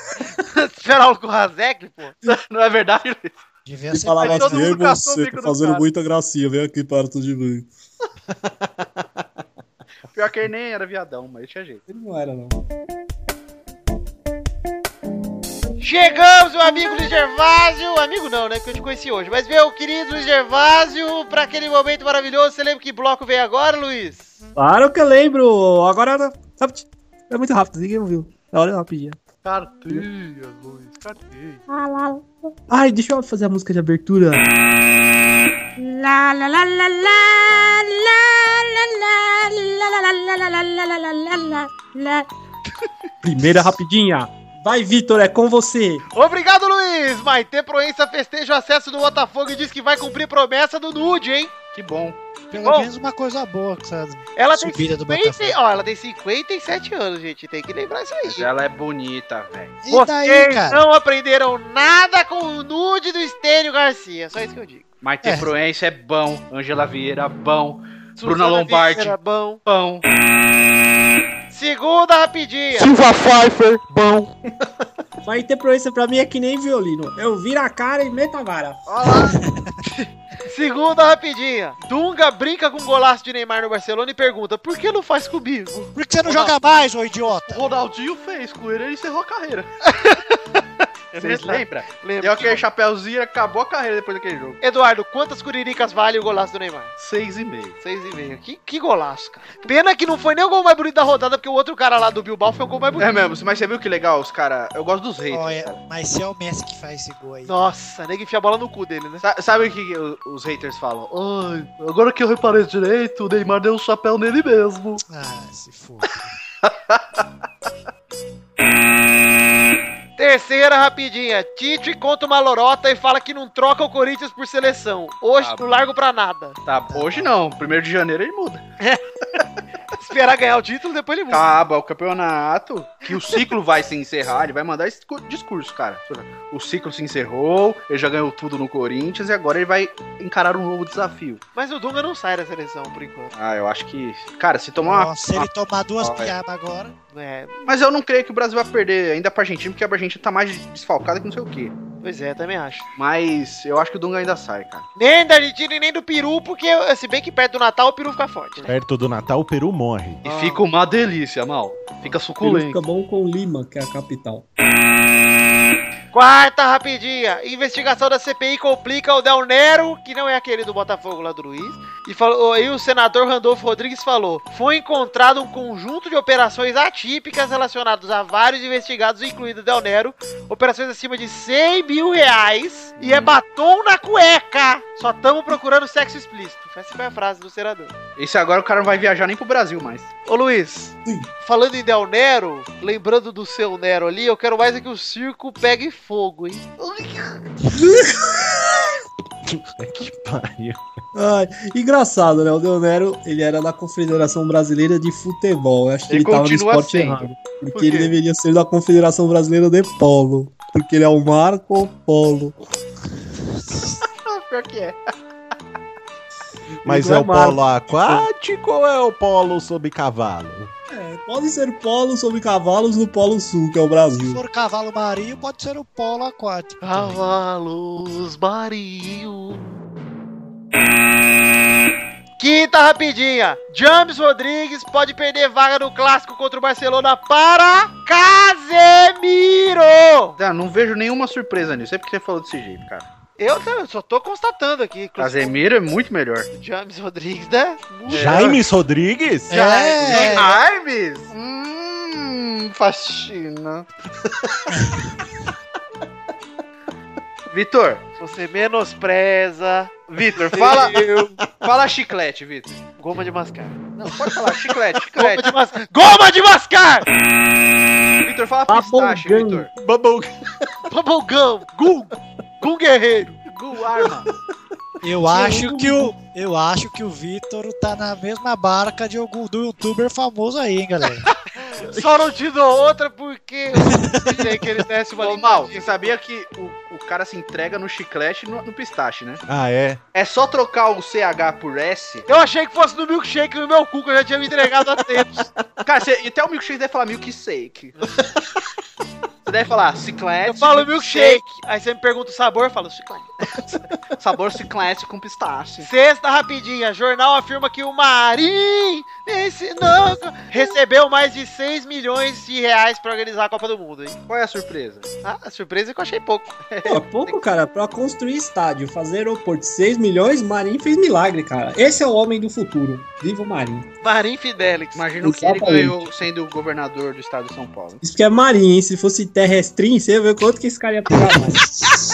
[SPEAKER 1] Esperava com o Razek, pô.
[SPEAKER 2] Não é verdade, Luiz?
[SPEAKER 3] Devia
[SPEAKER 5] Ele
[SPEAKER 3] ser
[SPEAKER 5] falava
[SPEAKER 2] Aí todo
[SPEAKER 5] assim,
[SPEAKER 2] mundo
[SPEAKER 5] e
[SPEAKER 2] caçou o
[SPEAKER 5] você,
[SPEAKER 2] bico
[SPEAKER 5] tá
[SPEAKER 2] do
[SPEAKER 5] fazendo
[SPEAKER 2] cara.
[SPEAKER 5] muita gracinha, vem aqui para tudo de mim.
[SPEAKER 2] Pior é que ele nem era viadão, mas tinha jeito.
[SPEAKER 5] Ele não era, não.
[SPEAKER 1] Chegamos, meu amigo Luiz Gervásio. Amigo não, né? Porque eu te conheci hoje. Mas meu querido Luiz Gervásio, pra aquele momento maravilhoso. Você lembra que bloco veio agora, Luiz?
[SPEAKER 5] Claro que eu lembro. Agora, sabe, é muito rápido, ninguém ouviu. É, Olha rapidinho.
[SPEAKER 1] Carteia, Luiz, carteia.
[SPEAKER 5] Ai, deixa eu fazer a música de abertura.
[SPEAKER 9] La la la la la la la la la la la la la la la la la la la.
[SPEAKER 5] Primeira rapidinha. Vai, Vitor, é com você.
[SPEAKER 1] Obrigado, Luiz. Maite Proença festeja o acesso do Botafogo e diz que vai cumprir promessa do Nude, hein?
[SPEAKER 2] Que bom.
[SPEAKER 3] Pelo
[SPEAKER 1] Bom.
[SPEAKER 3] menos uma coisa boa com essa
[SPEAKER 1] Ela
[SPEAKER 3] subida do
[SPEAKER 1] tem, 50
[SPEAKER 3] Botafogo.
[SPEAKER 1] ó, ela tem 57 anos, gente. Tem que lembrar isso aí.
[SPEAKER 2] Mas ela é bonita, velho.
[SPEAKER 3] E daí,
[SPEAKER 1] Vocês
[SPEAKER 3] cara?
[SPEAKER 1] não aprenderam nada com o nude do Estênio Garcia. Só isso que eu digo.
[SPEAKER 2] Maite
[SPEAKER 3] É.
[SPEAKER 2] Proença é bom. Angela Vieira, bom. Bruna
[SPEAKER 1] Suzana
[SPEAKER 2] Lombardi.
[SPEAKER 1] Vieira, bom.
[SPEAKER 2] Bom.
[SPEAKER 1] Segunda rapidinha.
[SPEAKER 6] Silva Pfeiffer, bom.
[SPEAKER 5] Vai ter proença pra mim é que nem violino. Eu viro a cara e meto a vara.
[SPEAKER 1] Segunda rapidinha. Dunga brinca com o golaço de Neymar no Barcelona e pergunta: por que não faz comigo?
[SPEAKER 3] Por que você não joga mais, ô idiota?
[SPEAKER 2] Ronaldinho fez com ele, ele encerrou a carreira. Vocês
[SPEAKER 1] Verdade. É
[SPEAKER 2] lembram? Deu
[SPEAKER 1] Lembra?
[SPEAKER 2] aquele chapéuzinho, acabou a carreira depois daquele jogo.
[SPEAKER 1] Eduardo, quantas curiricas vale o golaço do Neymar?
[SPEAKER 2] Seis e meio.
[SPEAKER 1] Seis e meio. Que, que golaço, cara. Pena que não foi nem o gol mais bonito da rodada, porque o outro cara lá do Bilbao foi o gol mais bonito.
[SPEAKER 2] É mesmo, mas você viu que legal os caras. Eu gosto dos haters.
[SPEAKER 3] Olha,
[SPEAKER 2] cara.
[SPEAKER 3] mas se é o Messi que faz esse gol aí.
[SPEAKER 1] Nossa, nega enfia a bola no cu dele, né?
[SPEAKER 2] Sa- Sabe o que o- os haters falam? Ai, agora que eu reparei direito, o Neymar deu um chapéu nele mesmo.
[SPEAKER 3] Ah, se for.
[SPEAKER 1] Terceira rapidinha. Tite conta uma lorota e fala que não troca o Corinthians por seleção. Hoje
[SPEAKER 2] Ah,
[SPEAKER 1] não largo pra nada.
[SPEAKER 2] Tá, hoje não. Primeiro de janeiro ele muda.
[SPEAKER 1] Esperar ganhar o título, depois ele muda.
[SPEAKER 2] Acaba o campeonato, que o ciclo vai se encerrar, ele vai mandar esse cu- discurso, cara. O ciclo se encerrou, ele já ganhou tudo no Corinthians e agora ele vai encarar um novo desafio.
[SPEAKER 1] Mas o Dunga não sai da seleção, por enquanto.
[SPEAKER 2] Ah, eu acho que. Cara, se tomar uma.
[SPEAKER 3] Nossa, se ele tomar duas
[SPEAKER 2] Olha.
[SPEAKER 3] piabas agora.
[SPEAKER 1] É,
[SPEAKER 2] Mas eu não creio que o Brasil vai perder ainda pra Argentina, porque a Argentina tá mais desfalcada que não sei o quê.
[SPEAKER 1] Pois é, também acho.
[SPEAKER 2] Mas eu acho que o Dunga ainda sai, cara.
[SPEAKER 1] Nem da Argentina e nem do Peru, porque se bem que perto do Natal o Peru fica forte, né?
[SPEAKER 4] Perto do Natal, o Peru morre.
[SPEAKER 2] E fica uma delícia, mal. Fica
[SPEAKER 5] Ele
[SPEAKER 2] suculento.
[SPEAKER 5] fica bom com Lima, que é a capital.
[SPEAKER 1] Quarta rapidinha. Investigação da CPI complica o Del Nero, que não é aquele do Botafogo lá do Luiz. E falou, aí o senador Randolfo Rodrigues falou: foi encontrado um conjunto de operações atípicas relacionadas a vários investigados, incluindo o Del Nero. Operações acima de 100 mil reais. E é batom na cueca. Só estamos procurando sexo explícito. Essa foi a frase do senador.
[SPEAKER 2] Esse agora o cara não vai viajar nem pro Brasil mais.
[SPEAKER 1] Ô Luiz,
[SPEAKER 5] Sim.
[SPEAKER 1] falando em Del Nero, lembrando do seu Nero ali, eu quero mais é que o circo pegue fogo, hein?
[SPEAKER 4] É que pariu.
[SPEAKER 5] Ai, engraçado, né? O Leonero, ele era da Confederação Brasileira de Futebol. Eu acho que
[SPEAKER 2] Ele
[SPEAKER 5] ele, tava no
[SPEAKER 2] continua
[SPEAKER 5] esporte
[SPEAKER 2] sendo.
[SPEAKER 5] errado. Porque
[SPEAKER 2] Por quê?
[SPEAKER 5] ele deveria ser da Confederação Brasileira de Polo. Porque ele é o Marco Polo.
[SPEAKER 2] Pior que é.
[SPEAKER 4] Mas
[SPEAKER 5] Não
[SPEAKER 4] é
[SPEAKER 5] é
[SPEAKER 4] o
[SPEAKER 5] Marco.
[SPEAKER 4] polo aquático ou é o polo sob cavalo?
[SPEAKER 5] É, pode ser polo sobre cavalos no Polo Sul, que é o
[SPEAKER 3] Se
[SPEAKER 5] Brasil.
[SPEAKER 3] for cavalo marinho, pode ser o polo aquático.
[SPEAKER 1] Então,
[SPEAKER 3] também.
[SPEAKER 1] Cavalos Mario. Quinta rapidinha. James Rodrigues pode perder vaga no clássico contra o Barcelona para Casemiro.
[SPEAKER 2] Ah, não vejo nenhuma surpresa nisso. É porque você falou desse jeito, cara.
[SPEAKER 1] Eu, eu só tô constatando aqui.
[SPEAKER 2] Casemiro é muito melhor.
[SPEAKER 1] O James Rodrigues, né? Muito-
[SPEAKER 4] É. Jaimes Rodrigues?
[SPEAKER 3] É.
[SPEAKER 2] Armes? Hum, faxina. Vitor,
[SPEAKER 1] Você menospreza
[SPEAKER 2] Vitor, fala, fala chiclete, Vitor.
[SPEAKER 1] goma de mascar.
[SPEAKER 2] Não, pode falar chiclete,
[SPEAKER 1] Goma
[SPEAKER 2] chiclete.
[SPEAKER 1] de mascar. Goma de mascar!
[SPEAKER 2] Vitor, fala pistache,
[SPEAKER 5] Bubblegum.
[SPEAKER 2] Vitor.
[SPEAKER 4] Bubble...
[SPEAKER 1] Bubblegum, Gung, Gung Guerreiro.
[SPEAKER 2] Gu arma.
[SPEAKER 3] Eu acho que o eu acho que o Vitor tá na mesma barca de algum do youtuber famoso aí, hein, galera.
[SPEAKER 1] Só não te dou outra porque eu sei que ele desce uma
[SPEAKER 2] Ô, Mal,
[SPEAKER 1] limpadinha.
[SPEAKER 2] você sabia que o, o cara se entrega no chiclete e no, no pistache, né?
[SPEAKER 4] Ah, é?
[SPEAKER 2] É só trocar o CH por S.
[SPEAKER 1] Eu achei que fosse no milkshake no meu cu, que eu já tinha me entregado há tempos.
[SPEAKER 2] Cara, você, até o milkshake deve falar milkshake. Você deve falar ciclete.
[SPEAKER 1] Eu falo É milkshake. Aí você me pergunta o sabor, eu falo chiclete.
[SPEAKER 2] Sabor ciclete com pistache.
[SPEAKER 1] Sexta rapidinha. Jornal afirma que o Marim me ensinou- recebeu mais de 6 milhões de reais pra organizar a Copa do Mundo, hein?
[SPEAKER 2] Qual é a surpresa?
[SPEAKER 1] Ah, a surpresa é que eu achei pouco.
[SPEAKER 5] Pô, pouco, cara, pra construir estádio, fazer aeroporto de 6 milhões, Marinho fez milagre, cara. Esse é o homem do futuro. Viva o Marinho.
[SPEAKER 1] Marim Fidelix.
[SPEAKER 2] Imagino que ele
[SPEAKER 5] Exatamente.
[SPEAKER 2] ganhou sendo o governador do estado de São Paulo.
[SPEAKER 5] Isso que é Marinho, hein? Se fosse terrestrinho, você ia ver quanto que esse cara ia pegar mais.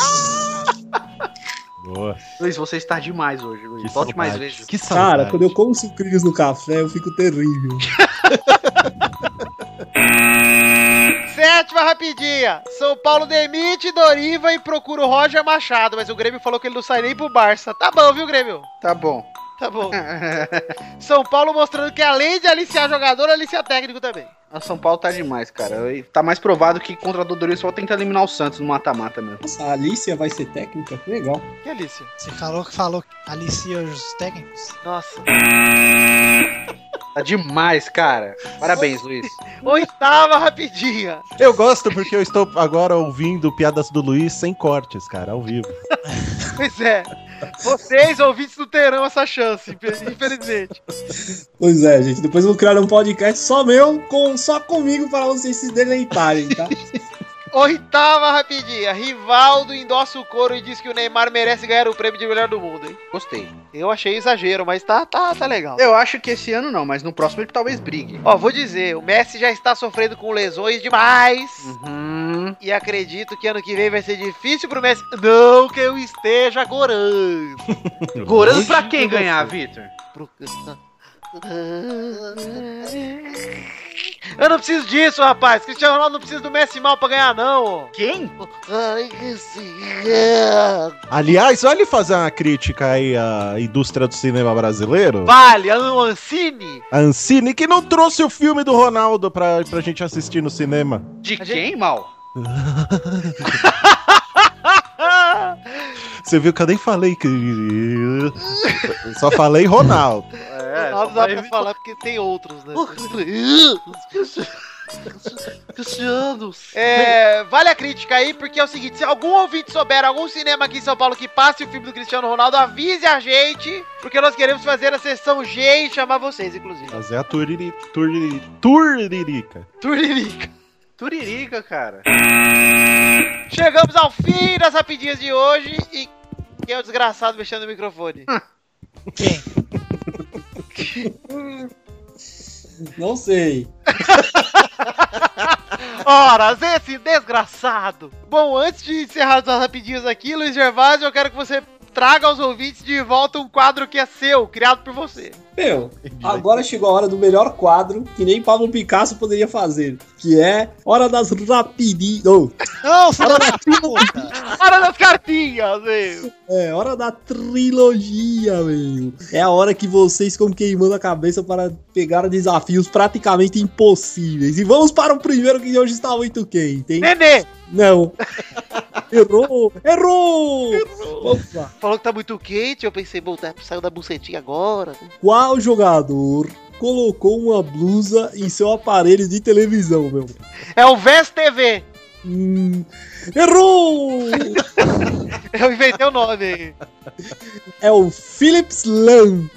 [SPEAKER 4] Boa.
[SPEAKER 2] Luiz, você está demais hoje, Luiz.
[SPEAKER 4] Que
[SPEAKER 2] Volte mais
[SPEAKER 4] saudade.
[SPEAKER 2] vezes.
[SPEAKER 4] Que saudade.
[SPEAKER 5] Cara, quando eu como sucrilhos no café, eu fico terrível.
[SPEAKER 1] Sétima rapidinha. São Paulo demite Doriva e procura o Roger Machado, mas o Grêmio falou que ele não sai nem pro Barça. Tá bom, viu, Grêmio?
[SPEAKER 2] Tá bom.
[SPEAKER 1] Tá bom. São Paulo mostrando que além de aliciar jogador, alicia técnico também.
[SPEAKER 2] A São Paulo tá demais, cara. E Tá mais provado que contra a Dorival só tenta eliminar o Santos no mata-mata mesmo.
[SPEAKER 5] Nossa, a Alicia vai ser técnica? Que legal.
[SPEAKER 1] Que alícia.
[SPEAKER 3] Você falou que falou que alicia os técnicos.
[SPEAKER 1] Nossa.
[SPEAKER 2] Tá demais, cara. Parabéns, Luiz.
[SPEAKER 1] Oitava rapidinha.
[SPEAKER 4] Eu gosto porque eu estou agora ouvindo piadas do Luiz sem cortes, cara, ao vivo.
[SPEAKER 1] Pois é. Vocês, ouvintes, não terão essa chance, infelizmente.
[SPEAKER 5] Pois é, gente. Depois eu vou criar um podcast só meu, com, só comigo, para vocês se deleitarem, tá?
[SPEAKER 1] Oitava rapidinha. Rivaldo endossa o couro e diz que o Neymar merece ganhar o prêmio de melhor do mundo, hein?
[SPEAKER 2] Gostei.
[SPEAKER 1] Eu achei exagero, mas tá, tá, tá legal.
[SPEAKER 2] Eu acho que esse ano não, mas no próximo ele talvez brigue.
[SPEAKER 1] Ó, vou dizer, o Messi já está sofrendo com lesões demais.
[SPEAKER 2] Uhum.
[SPEAKER 1] E acredito que ano que vem vai ser difícil pro Messi. Não que eu esteja gorando.
[SPEAKER 2] Gorando pra quem ganhar, Vitor?
[SPEAKER 1] Pro- Eu não preciso disso, rapaz. Cristiano Ronaldo não precisa do Messi mal pra ganhar, não.
[SPEAKER 2] Quem?
[SPEAKER 1] Ai, que cigarro.
[SPEAKER 4] Aliás, olha fazer uma crítica aí à indústria do cinema brasileiro.
[SPEAKER 1] Vale, é um a Ancine.
[SPEAKER 4] A Ancine, que não trouxe o filme do Ronaldo pra, pra gente assistir no cinema.
[SPEAKER 2] De
[SPEAKER 1] A gente-
[SPEAKER 2] quem, Mal?
[SPEAKER 1] Ah,
[SPEAKER 4] Você viu que eu nem falei que. Só falei Ronaldo.
[SPEAKER 2] É,
[SPEAKER 1] não dá pra falar porque tem outros, né?
[SPEAKER 2] Cristiano.
[SPEAKER 1] É, vale a crítica aí, porque é o seguinte: se algum ouvinte souber algum cinema aqui em São Paulo que passe o filme do Cristiano Ronaldo, avise a gente, porque nós queremos fazer a sessão G e chamar vocês, inclusive.
[SPEAKER 4] Fazer é a turiri, turiri, turirica.
[SPEAKER 1] Turirica.
[SPEAKER 2] Turirica, cara.
[SPEAKER 1] Chegamos ao fim das rapidinhas de hoje e quem é o desgraçado mexendo no microfone?
[SPEAKER 3] Quem?
[SPEAKER 5] Não sei.
[SPEAKER 1] Ora, esse desgraçado! Bom, antes de encerrar as rapidinhas aqui, Luiz Gervásio, eu quero que você traga aos ouvintes de volta um quadro que é seu, criado por você.
[SPEAKER 5] Meu, agora chegou a hora do melhor quadro que nem Pablo Picasso poderia fazer, que é Hora das Rapidinhas. Oh,
[SPEAKER 3] Não, filha da puta!
[SPEAKER 1] Hora das cartinhas, meu!
[SPEAKER 5] é, Hora da Trilogia, meu. É a hora que vocês ficam queimando a cabeça para pegar desafios praticamente impossíveis. E vamos para o primeiro que hoje está muito quente, hein?
[SPEAKER 1] Nenê!
[SPEAKER 5] Não. Errou! Errou! Vamos lá.
[SPEAKER 1] Falou que tá muito quente, eu pensei, bom, tá, saiu da bucetinha agora.
[SPEAKER 5] Qual jogador colocou uma blusa em seu aparelho de televisão, meu?
[SPEAKER 1] É o Vest TV!
[SPEAKER 5] Hum, errou!
[SPEAKER 1] Eu inventei o nome aí.
[SPEAKER 5] É o Philips Lam.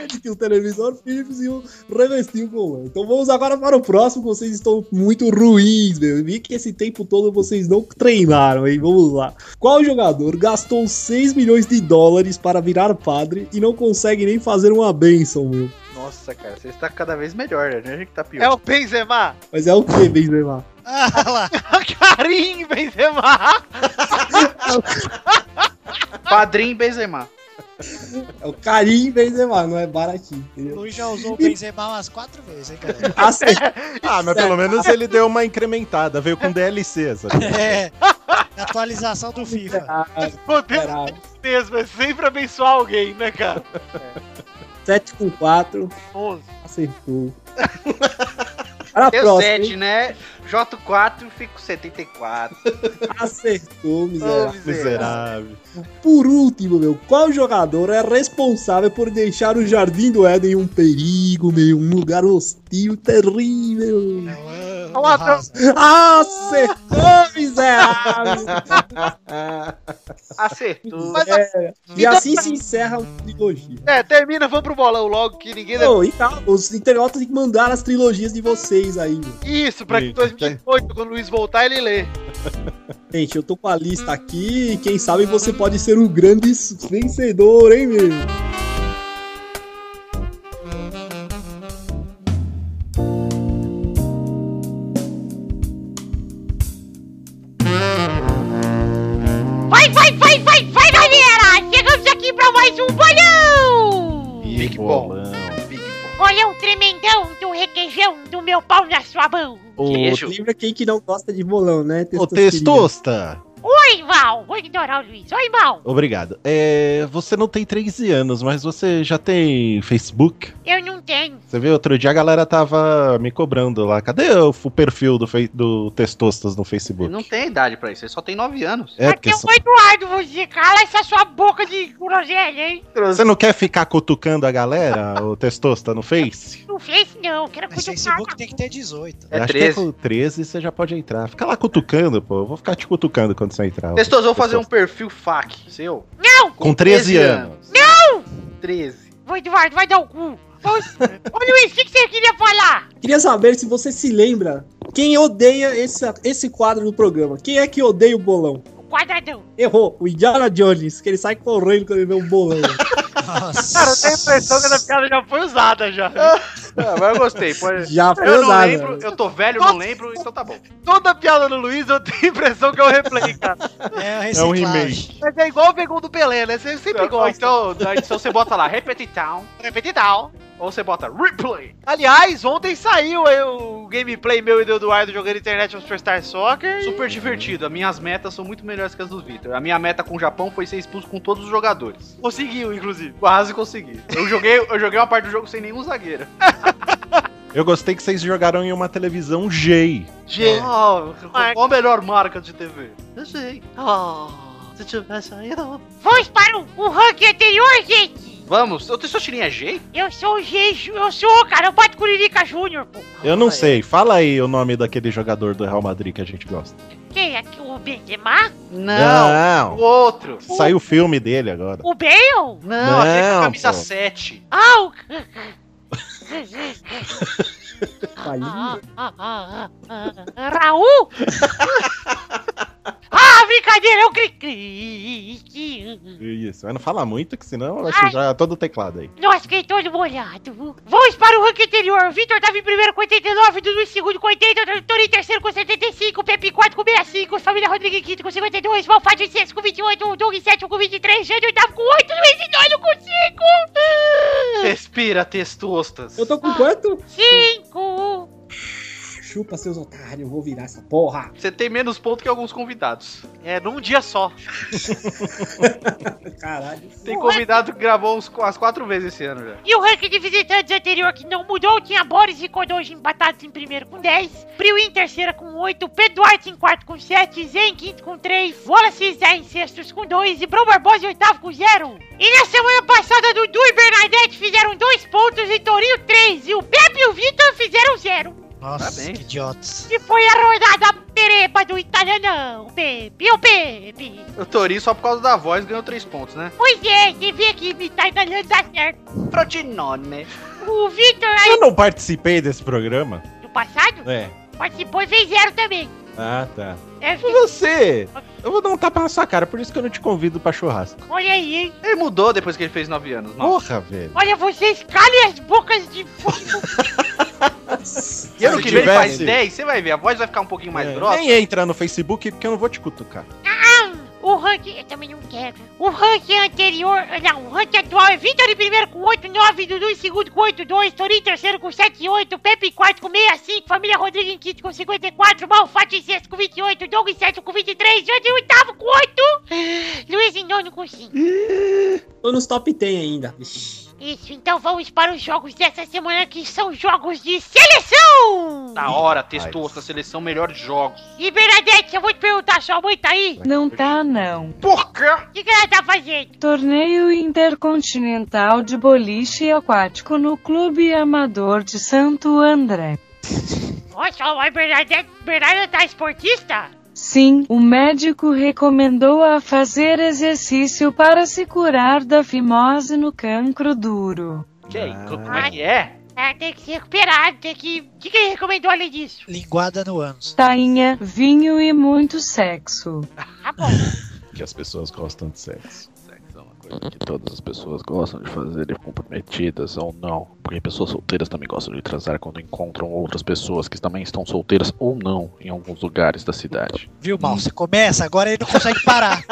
[SPEAKER 5] Ele tinha um televisor Philips e um revestinho com lã. Então vamos agora para o próximo, que vocês estão muito ruins, meu. Vi que esse tempo todo vocês não treinaram, hein? Vamos lá. Qual jogador gastou 6 milhões de dólares para virar padre e não consegue nem fazer uma benção, meu?
[SPEAKER 2] Nossa, cara, você está cada vez melhor, né? A gente tá pior.
[SPEAKER 1] É o Benzema!
[SPEAKER 5] Mas é o que, Benzema?
[SPEAKER 3] Ah lá!
[SPEAKER 1] Carim Benzema!
[SPEAKER 2] Padrinho É Benzema.
[SPEAKER 5] É o Karim Benzema, não é Baratinho, entendeu?
[SPEAKER 3] Luiz já usou o Benzema umas quatro vezes, hein, galera?
[SPEAKER 5] Acertou.
[SPEAKER 4] Ah, mas pelo menos ele deu uma incrementada, veio com DLC, sabe?
[SPEAKER 3] É. na Atualização do FIFA.
[SPEAKER 1] Podemos mesmo, é sempre abençoar alguém, né, cara?
[SPEAKER 5] 7 com 4,
[SPEAKER 1] 11.
[SPEAKER 5] acertou. Para a
[SPEAKER 2] Deu
[SPEAKER 5] próxima,
[SPEAKER 2] 7, né? J4, fico com 74.
[SPEAKER 5] acertou, miserável.
[SPEAKER 4] Miserável.
[SPEAKER 5] Por último, meu, qual jogador é responsável por deixar o Jardim do Éden um perigo, meu, um lugar hostil terrível?
[SPEAKER 3] É
[SPEAKER 1] o ladrão.
[SPEAKER 5] Acertou, miserável!
[SPEAKER 2] Acertou.
[SPEAKER 1] Mas
[SPEAKER 5] E assim se encerra a trilogia.
[SPEAKER 1] é, termina, vamos pro bolão logo que ninguém deve.
[SPEAKER 5] Não, e tá, os internautas têm que mandar as trilogias de vocês aí, meu.
[SPEAKER 1] Isso, pra que
[SPEAKER 4] Eita,
[SPEAKER 1] 2008, quando o Luiz voltar, ele lê.
[SPEAKER 5] Gente, eu tô com a lista aqui e quem sabe você pode ser o grande s- vencedor, hein, meu?
[SPEAKER 9] Vai, vai, vai, vai, vai, galera! Chegamos aqui pra mais um bolão!
[SPEAKER 4] Big
[SPEAKER 2] Bom.
[SPEAKER 4] bolão.
[SPEAKER 9] Bolão tremendão do requeijão do meu pau na sua mão!
[SPEAKER 2] Queijo.
[SPEAKER 5] Lembra quem que não gosta de bolão, né?
[SPEAKER 4] Ô,
[SPEAKER 5] Testosterona.
[SPEAKER 4] Testosta!
[SPEAKER 9] Oi, Val! Vou ignorar o Luiz. Oi, Val!
[SPEAKER 4] Obrigado. É, você não tem 13 anos, mas você já tem Facebook?
[SPEAKER 9] Eu não tenho.
[SPEAKER 4] Você viu, outro dia a galera tava me cobrando lá. Cadê o, f- o perfil do, fei- do Testostas no Facebook?
[SPEAKER 2] Não tem idade pra isso, ele só tem 9 anos.
[SPEAKER 4] É, porque
[SPEAKER 9] Até
[SPEAKER 10] um
[SPEAKER 4] só-
[SPEAKER 9] o Eduardo, você cala essa sua boca de groselha, hein?
[SPEAKER 4] você não quer ficar cutucando a galera, o Testosta, no Face?
[SPEAKER 9] Não fez, não. Quero cutucar.
[SPEAKER 3] Mas Facebook tem que ter 18.
[SPEAKER 2] É
[SPEAKER 4] Acho que
[SPEAKER 2] 13.
[SPEAKER 4] com 13 você já pode entrar. Fica lá cutucando, pô. Eu vou ficar te cutucando quando você entrar.
[SPEAKER 2] Testoso, eu vou fazer um perfil FAQ seu.
[SPEAKER 9] Não!
[SPEAKER 4] Com 13 anos.
[SPEAKER 2] Não! 13.
[SPEAKER 9] Ô, Eduardo, vai dar o cu. Vamos- Ô, Luiz, o que, que você queria falar?
[SPEAKER 5] Queria saber se você se lembra quem odeia esse, esse quadro do programa. Quem é que odeia o bolão?
[SPEAKER 9] O quadradão.
[SPEAKER 5] Errou, o Indiana Jones, que ele sai correndo quando ele vê um bolão.
[SPEAKER 3] Nossa.
[SPEAKER 1] Cara, eu tenho a impressão que essa piada já foi usada já.
[SPEAKER 2] Ah, mas eu gostei. Pode...
[SPEAKER 5] Já foi
[SPEAKER 2] Eu não
[SPEAKER 5] usado.
[SPEAKER 2] lembro, eu tô velho, não lembro, então tá bom.
[SPEAKER 1] Toda piada do Luiz, eu tenho a impressão que é o replay, cara.
[SPEAKER 3] É,
[SPEAKER 4] É um
[SPEAKER 3] um
[SPEAKER 4] remake.
[SPEAKER 3] remake.
[SPEAKER 1] Mas é igual o Begum do Pelé, né? Você sempre
[SPEAKER 2] Ou
[SPEAKER 1] gosta.
[SPEAKER 2] então, é na edição você bota lá, repetição,
[SPEAKER 1] Repetidão.
[SPEAKER 2] ou você bota replay.
[SPEAKER 1] Aliás, ontem saiu aí o gameplay meu e do Eduardo jogando Internet Superstar Soccer.
[SPEAKER 2] Super divertido, as minhas metas são muito melhores que as do Victor. A minha meta com o Japão foi ser expulso com todos os jogadores.
[SPEAKER 1] Conseguiu, inclusive.
[SPEAKER 2] Quase consegui. Eu joguei, eu joguei uma parte do jogo sem nenhum zagueiro.
[SPEAKER 4] Eu gostei que vocês jogaram em uma televisão G.
[SPEAKER 1] Gente.
[SPEAKER 2] Oh,
[SPEAKER 1] Marca.
[SPEAKER 2] qual a melhor marca de TV? Eu sei.
[SPEAKER 1] Oh, se tivesse ainda.
[SPEAKER 9] Vamos para o, o ranking anterior, gente.
[SPEAKER 2] Vamos, eu tenho sua tirinha G?
[SPEAKER 10] Eu sou o Geijo, eu sou, cara, eu bato Curirica Júnior, pô.
[SPEAKER 4] Eu não sei, fala aí o nome daquele jogador do Real Madrid que a gente gosta.
[SPEAKER 10] Quem é que o Benzema?
[SPEAKER 2] O outro.
[SPEAKER 4] Saiu o filme dele agora.
[SPEAKER 10] O Bale?
[SPEAKER 2] Não, aquele com a
[SPEAKER 4] Não,
[SPEAKER 2] camisa
[SPEAKER 4] pô.
[SPEAKER 2] 7.
[SPEAKER 10] Ah, o...
[SPEAKER 5] Palinha.
[SPEAKER 10] Raul? ah, brincadeira, eu cri cri.
[SPEAKER 4] Isso, mas não fala muito, que senão eu acho já todo o teclado aí.
[SPEAKER 10] Nossa, fiquei todo molhado. Vamos para o ranking anterior. O Vitor tava em primeiro com 89, Dudu em segundo com 80, Tony em terceiro com 75, Pepe em quarto com 65, Família Rodrigues em quinto com 52, Malfácio em sexto com 28, um Doug em sétimo com 23, Jânio em oitavo com 8, Luiz em nono com 5.
[SPEAKER 2] Respira, testostas.
[SPEAKER 5] Eu tô com quanto?
[SPEAKER 10] 5.
[SPEAKER 5] Chupa seus otários, eu vou virar essa porra.
[SPEAKER 2] Você tem menos ponto que alguns convidados.
[SPEAKER 1] É, num dia só.
[SPEAKER 5] Caralho.
[SPEAKER 2] Tem convidado que gravou uns, qu- as quatro vezes esse ano já.
[SPEAKER 10] E o ranking de visitantes anterior que não mudou tinha Boris e Kodoji empatados em primeiro com 10, Priu em terceira com 8, Pedro Duarte em quarto com 7, Zé em quinto com 3, Wallace e Zé em sextos com 2 e Bruno Barbosa em oitavo com 0. E na semana passada, Dudu e Bernadette fizeram 2 pontos e Torinho 3 e o Pepe e o Vitor fizeram 0.
[SPEAKER 3] Nossa,
[SPEAKER 2] Tá bem.
[SPEAKER 3] que idiotas.
[SPEAKER 10] E foi a rodada pereba do italianão, Pepe, o Pepe.
[SPEAKER 2] O Tori, só por causa da voz, ganhou três pontos, né?
[SPEAKER 10] Pois é, devia que imitar italiano dá certo.
[SPEAKER 2] Frodinone.
[SPEAKER 10] O Vitor aí
[SPEAKER 4] Eu não participei desse programa.
[SPEAKER 10] do passado
[SPEAKER 4] É.
[SPEAKER 10] participou e fez 0 também.
[SPEAKER 4] Ah, tá.
[SPEAKER 10] É,
[SPEAKER 4] E você? Eu vou dar um tapa na sua cara, por isso que eu não te convido pra churrasco.
[SPEAKER 10] Olha aí, hein?
[SPEAKER 2] Ele mudou depois que ele fez nove anos. Nossa.
[SPEAKER 4] Porra, velho.
[SPEAKER 10] Olha, vocês calem as bocas de.
[SPEAKER 2] E ano
[SPEAKER 4] Se
[SPEAKER 2] que vem ele faz
[SPEAKER 4] tivesse-
[SPEAKER 2] 10, você vai ver, a voz vai ficar um pouquinho mais
[SPEAKER 4] É,
[SPEAKER 2] grossa.
[SPEAKER 4] Nem entra no Facebook porque eu não vou te cutucar.
[SPEAKER 10] O ranking. Eu também não quero. O ranking anterior. Não, o ranking atual é Vitor em primeiro com 8, 9, Dudu em segundo com 8, 2, Torinho em terceiro com 7, 8, Pepe em quarto com 65, Família Rodrigues em quinto com 54, Malfate em sexto com 28, Doug em sétimo com 23, Jorge em oitavo com 8, Luiz em nono com 5.
[SPEAKER 5] Tô nos top 10 ainda. Ixi.
[SPEAKER 10] Isso, então vamos para os jogos dessa semana que são jogos de seleção!
[SPEAKER 2] Na hora, testou essa seleção melhor de jogos.
[SPEAKER 10] E Bernadette, eu vou te perguntar, sua mãe tá aí?
[SPEAKER 8] Não tá, não.
[SPEAKER 2] Por quê?
[SPEAKER 10] O que, que ela tá fazendo?
[SPEAKER 8] Torneio Intercontinental de Boliche Aquático no Clube Amador de Santo André.
[SPEAKER 10] Nossa, a Bernadette, Bernadette tá esportista?
[SPEAKER 8] Sim, o médico recomendou-a fazer exercício para se curar da fimose no cancro duro.
[SPEAKER 2] Que aí? Como
[SPEAKER 10] Ah.
[SPEAKER 2] é que é?
[SPEAKER 10] É, tem que se recuperar, tem que... O que que ele recomendou além disso?
[SPEAKER 3] Linguada no ânus.
[SPEAKER 8] Tainha, vinho e muito sexo.
[SPEAKER 10] Tá bom.
[SPEAKER 4] Que as pessoas gostam de sexo.
[SPEAKER 11] Sexo é uma coisa que todas as pessoas gostam de fazer, comprometidas ou não. Porque pessoas solteiras também gostam de transar quando encontram um. outras pessoas que também estão solteiras ou não em alguns lugares da cidade.
[SPEAKER 3] Viu, mal? Você começa, agora ele não consegue parar.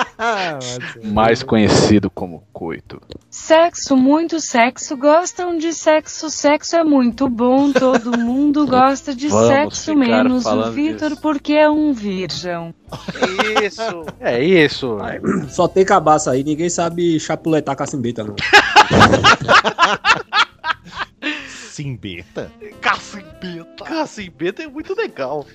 [SPEAKER 11] Mais conhecido como coito.
[SPEAKER 8] Sexo, muito sexo, gostam de sexo, sexo é muito bom, todo mundo gosta de
[SPEAKER 11] Vamos
[SPEAKER 8] sexo,
[SPEAKER 11] ficar
[SPEAKER 8] menos o
[SPEAKER 11] falando
[SPEAKER 8] Vitor,
[SPEAKER 11] disso.
[SPEAKER 8] porque é um virgem.
[SPEAKER 2] Que Isso.
[SPEAKER 11] É isso.
[SPEAKER 5] Só tem cabaço aí, ninguém sabe chapuletar cacimbeta, não.
[SPEAKER 4] Simbeta?
[SPEAKER 2] Cacimbeta. Cacimbeta é muito legal.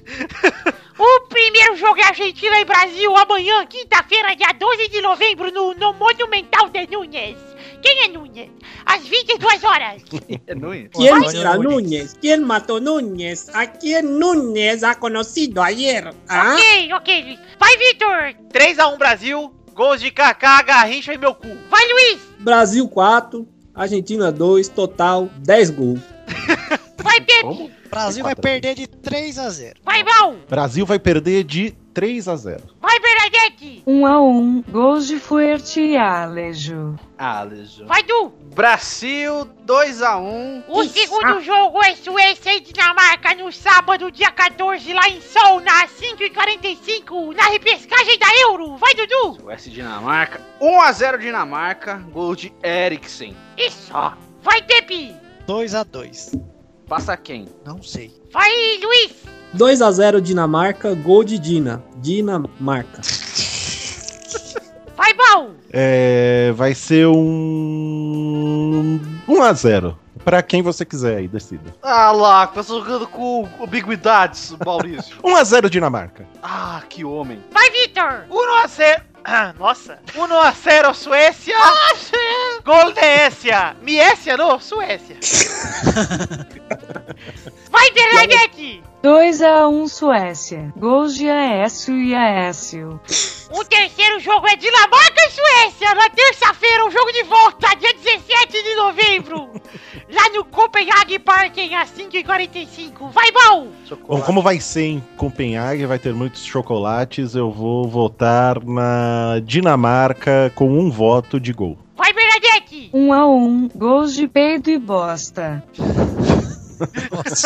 [SPEAKER 10] o primeiro jogo é Argentina e Brasil amanhã, quinta-feira, dia 12 de novembro, no, no Monumental de Nunes. Quem é Nunes? Às 22 horas.
[SPEAKER 2] É Nunes.
[SPEAKER 3] Olha,
[SPEAKER 5] Quem
[SPEAKER 3] olha,
[SPEAKER 5] será
[SPEAKER 3] olha.
[SPEAKER 5] Nunes? Quem matou Nunes? A quem Nunes ha conocido ayer? Ah?
[SPEAKER 10] Ok, ok, Luiz. Vai, Vitor.
[SPEAKER 1] 3x1 Brasil, gols de Kaká, Garrincha e meu cu.
[SPEAKER 10] Vai, Luiz.
[SPEAKER 5] Brasil 4, Argentina 2, total 10 gols.
[SPEAKER 10] Vai, Pepe.
[SPEAKER 11] Como?
[SPEAKER 3] O Brasil vai perder de 3 a 0.
[SPEAKER 10] Vai, Mal.
[SPEAKER 4] Brasil vai perder de 3 a 0.
[SPEAKER 10] Vai, Bernadette.
[SPEAKER 8] Um a um, gols de Fuerte e Alejo.
[SPEAKER 2] Alisson.
[SPEAKER 10] Vai, Du.
[SPEAKER 2] Brasil 2x1.
[SPEAKER 10] O segundo jogo é Suécia e Dinamarca no sábado, dia 14, lá em Solna, às 5h45, na repescagem da Euro. Vai, Dudu!
[SPEAKER 2] O S Dinamarca. 1x0 Dinamarca. Gol de Eriksen.
[SPEAKER 10] E só! Vai, Pepe!
[SPEAKER 3] 2 a 2.
[SPEAKER 2] Passa quem?
[SPEAKER 3] Não sei.
[SPEAKER 10] Vai, Luiz!
[SPEAKER 5] 2 a 0 Dinamarca, gol de Dina. Dinamarca.
[SPEAKER 10] Vai, Bal!
[SPEAKER 4] É, vai ser um 1 a 0. Pra quem você quiser aí, decida.
[SPEAKER 2] Ah lá, passou jogando com ambiguidades, Maurício.
[SPEAKER 4] 1 a 0 Um Dinamarca.
[SPEAKER 2] ah, que homem.
[SPEAKER 10] Vai, Vitor!
[SPEAKER 1] 1x0 Ah, nossa. 1 a 0 Suécia.
[SPEAKER 2] Ah,
[SPEAKER 1] Gol de Écia. Miécia, não? Suécia.
[SPEAKER 10] Vai, Bernadette!
[SPEAKER 8] 2x1 Suécia. Gols de Aécio e Aécio.
[SPEAKER 10] O terceiro jogo é Dinamarca e Suécia. Na terça-feira, o jogo de volta, dia 17 de novembro. Lá no Copenhague Parking, às 5h45. Vai, Bal!
[SPEAKER 4] Bom, como vai ser em Copenhague, vai ter muitos chocolates. Eu vou votar na Dinamarca com um voto de gol.
[SPEAKER 10] Vai, Bernadette!
[SPEAKER 8] 1x1. Gols de peido e bosta.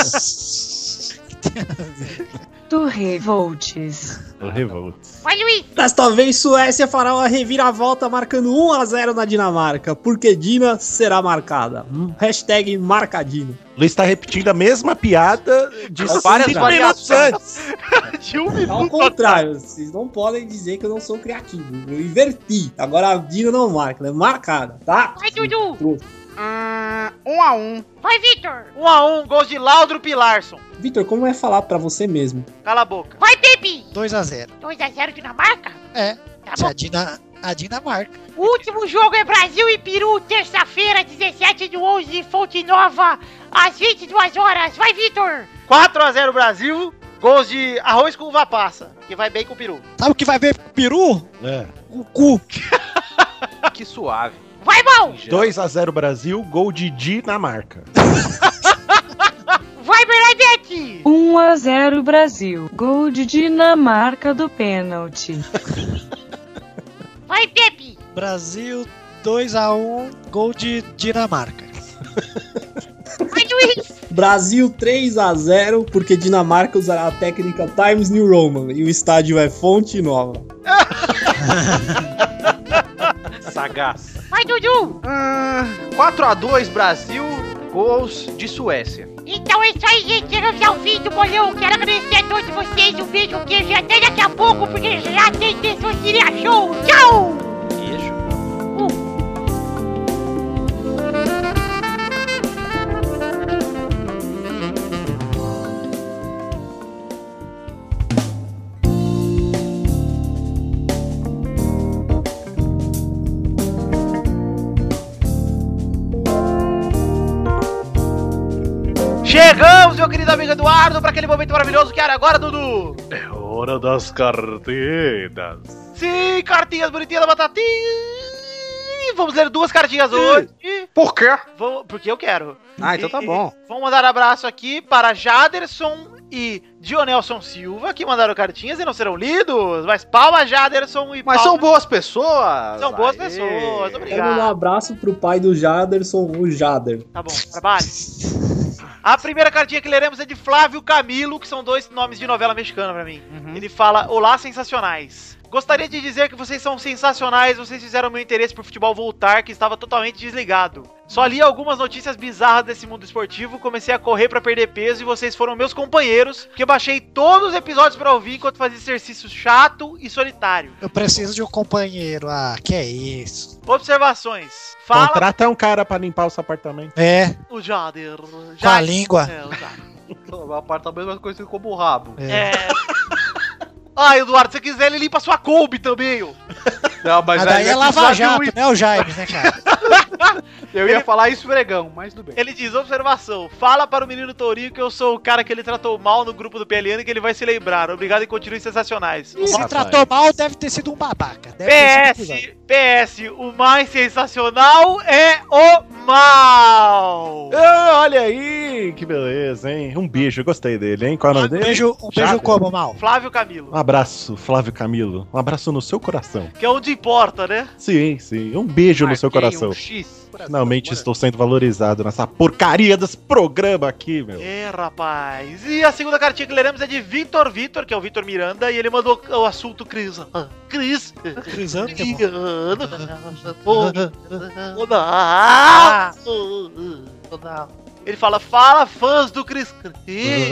[SPEAKER 8] Tu revoltes.
[SPEAKER 4] Eu revolto.
[SPEAKER 10] Vai, Luiz!
[SPEAKER 5] Desta vez, Suécia fará uma reviravolta marcando 1x0 na Dinamarca, porque Dina será marcada. Hum. Hashtag marcadina.
[SPEAKER 4] Luiz tá repetindo a mesma piada de
[SPEAKER 2] Com
[SPEAKER 4] cinco
[SPEAKER 2] várias
[SPEAKER 4] minutos antes.
[SPEAKER 1] De um
[SPEAKER 5] Ao
[SPEAKER 1] minuto.
[SPEAKER 5] contrário, vocês não podem dizer que eu não sou criativo. Eu inverti. Agora a Dina não marca, ela é marcada, tá?
[SPEAKER 10] Vai, Dudu!
[SPEAKER 2] Hum, um a um.
[SPEAKER 10] Vai, Victor!
[SPEAKER 1] 1x1, gols de Laudro Pilarson.
[SPEAKER 5] Vitor, como é falar pra você mesmo?
[SPEAKER 1] Cala a boca.
[SPEAKER 10] Vai, Pepe!
[SPEAKER 3] 2x0.
[SPEAKER 10] 2x0 Dinamarca?
[SPEAKER 3] É,
[SPEAKER 10] Tá
[SPEAKER 3] a,
[SPEAKER 10] bom.
[SPEAKER 3] Dina, a Dinamarca.
[SPEAKER 10] O último jogo é Brasil e Peru, terça-feira, 17 de 11, em Fonte Nova, às 22 horas. Vai, Vitor!
[SPEAKER 1] 4x0 Brasil. Gols de arroz com uva passa, que vai bem com o peru.
[SPEAKER 3] Sabe o que vai ver pro peru?
[SPEAKER 4] É.
[SPEAKER 3] O cu.
[SPEAKER 2] Que suave.
[SPEAKER 10] Vai, Bal!
[SPEAKER 4] 2x0 Brasil, gol de Dinamarca.
[SPEAKER 10] Vai, Bernadette!
[SPEAKER 8] 1x0 Brasil. Gol de Dinamarca do pênalti.
[SPEAKER 10] Vai, Pepe!
[SPEAKER 3] Brasil 2x1, gol de Dinamarca.
[SPEAKER 10] Vai, Luiz!
[SPEAKER 5] Brasil 3 a 0 porque Dinamarca usará a técnica Times New Roman e o estádio é Fonte Nova.
[SPEAKER 2] Sagaz.
[SPEAKER 10] Vai, Dudu!
[SPEAKER 2] Hum, 4 a 2 Brasil, gols de Suécia.
[SPEAKER 10] Então é isso aí, gente. Chegamos ao fim do bolão. Quero agradecer a todos vocês. Um beijo, um queijo. E até daqui a pouco, porque já tem pessoas que iria show. Tchau!
[SPEAKER 2] Beijo.
[SPEAKER 1] Chegamos, meu querido amigo Eduardo, para aquele momento maravilhoso que era agora, Dudu.
[SPEAKER 11] É hora das carteiras.
[SPEAKER 1] Sim, cartinhas bonitinhas da batatinha. Vamos ler duas cartinhas hoje.
[SPEAKER 2] Por quê?
[SPEAKER 1] Vamos, porque eu quero.
[SPEAKER 2] Ah, então tá bom.
[SPEAKER 1] Vamos mandar abraço aqui para Jaderson e Dionelson Silva, que mandaram cartinhas e não serão lidos. Mas palma, Jaderson e
[SPEAKER 2] Mas
[SPEAKER 1] palma.
[SPEAKER 2] são boas pessoas.
[SPEAKER 1] São boas
[SPEAKER 2] Aê.
[SPEAKER 1] pessoas,
[SPEAKER 5] Quero mandar um
[SPEAKER 1] obrigado.
[SPEAKER 5] abraço pro pai do Jaderson, o Jader.
[SPEAKER 1] Tá bom, trabalho. A primeira cartinha que leremos é de Flávio Camilo, que são dois nomes de novela mexicana pra mim.
[SPEAKER 2] Uhum.
[SPEAKER 1] Ele fala: Olá, sensacionais. Gostaria de dizer que vocês são sensacionais, vocês fizeram meu interesse por futebol voltar, que estava totalmente desligado. Só li algumas notícias bizarras desse mundo esportivo, comecei a correr pra perder peso e vocês foram meus companheiros, que eu baixei todos os episódios pra ouvir enquanto fazia exercício chato e solitário.
[SPEAKER 3] Eu preciso de um companheiro. Ah, que é isso.
[SPEAKER 1] Observações. Fala
[SPEAKER 4] Contrata um cara pra limpar os apartamentos.
[SPEAKER 3] É,
[SPEAKER 1] o Jader. Jader.
[SPEAKER 3] a língua.
[SPEAKER 1] É, o Jader.
[SPEAKER 2] O apartamento é mais conhecido como o rabo.
[SPEAKER 3] é.
[SPEAKER 1] É. Ah, Eduardo, se você quiser, ele limpa a sua Kombi também, ô.
[SPEAKER 2] Não, mas
[SPEAKER 3] Mas
[SPEAKER 2] aí
[SPEAKER 3] daí
[SPEAKER 2] vai
[SPEAKER 3] é Lava
[SPEAKER 2] precisar
[SPEAKER 3] Jato,
[SPEAKER 2] de um-
[SPEAKER 3] né, o Jaime, né, cara?
[SPEAKER 2] Eu ia falar isso, pregão, mas tudo bem.
[SPEAKER 1] Ele diz, observação, fala para o menino Tourinho que eu sou o cara que ele tratou mal no grupo do PLN e que ele vai se lembrar. Obrigado e continue sensacionais.
[SPEAKER 3] Se
[SPEAKER 11] Rapaz.
[SPEAKER 3] tratou mal, deve ter sido um babaca. Deve ter sido um cuzão.
[SPEAKER 1] PS, PS, o mais sensacional é o mal.
[SPEAKER 4] Ah, olha aí, que beleza, hein? Um beijo, gostei dele, hein? Qual é o nome
[SPEAKER 3] Um
[SPEAKER 4] dele?
[SPEAKER 3] beijo, um beijo
[SPEAKER 4] Jader.
[SPEAKER 3] como, mal?
[SPEAKER 1] Flávio Camilo,
[SPEAKER 4] Um abraço, Flávio Camilo. Um abraço no seu coração.
[SPEAKER 1] que é onde importa, né?
[SPEAKER 4] Sim, sim. Um beijo no seu
[SPEAKER 2] Marquei
[SPEAKER 4] coração.
[SPEAKER 2] um X.
[SPEAKER 4] Finalmente estou sendo valorizado nessa porcaria desse programa aqui, meu.
[SPEAKER 1] É, rapaz. E a segunda cartinha que leremos é de Vitor Vitor, que é o Vitor Miranda, e ele mandou o assunto Cris. Ah, Cris.
[SPEAKER 3] Crisântemo.
[SPEAKER 1] Ligando. Ah! Ele fala, fala fãs do Cris. Cris.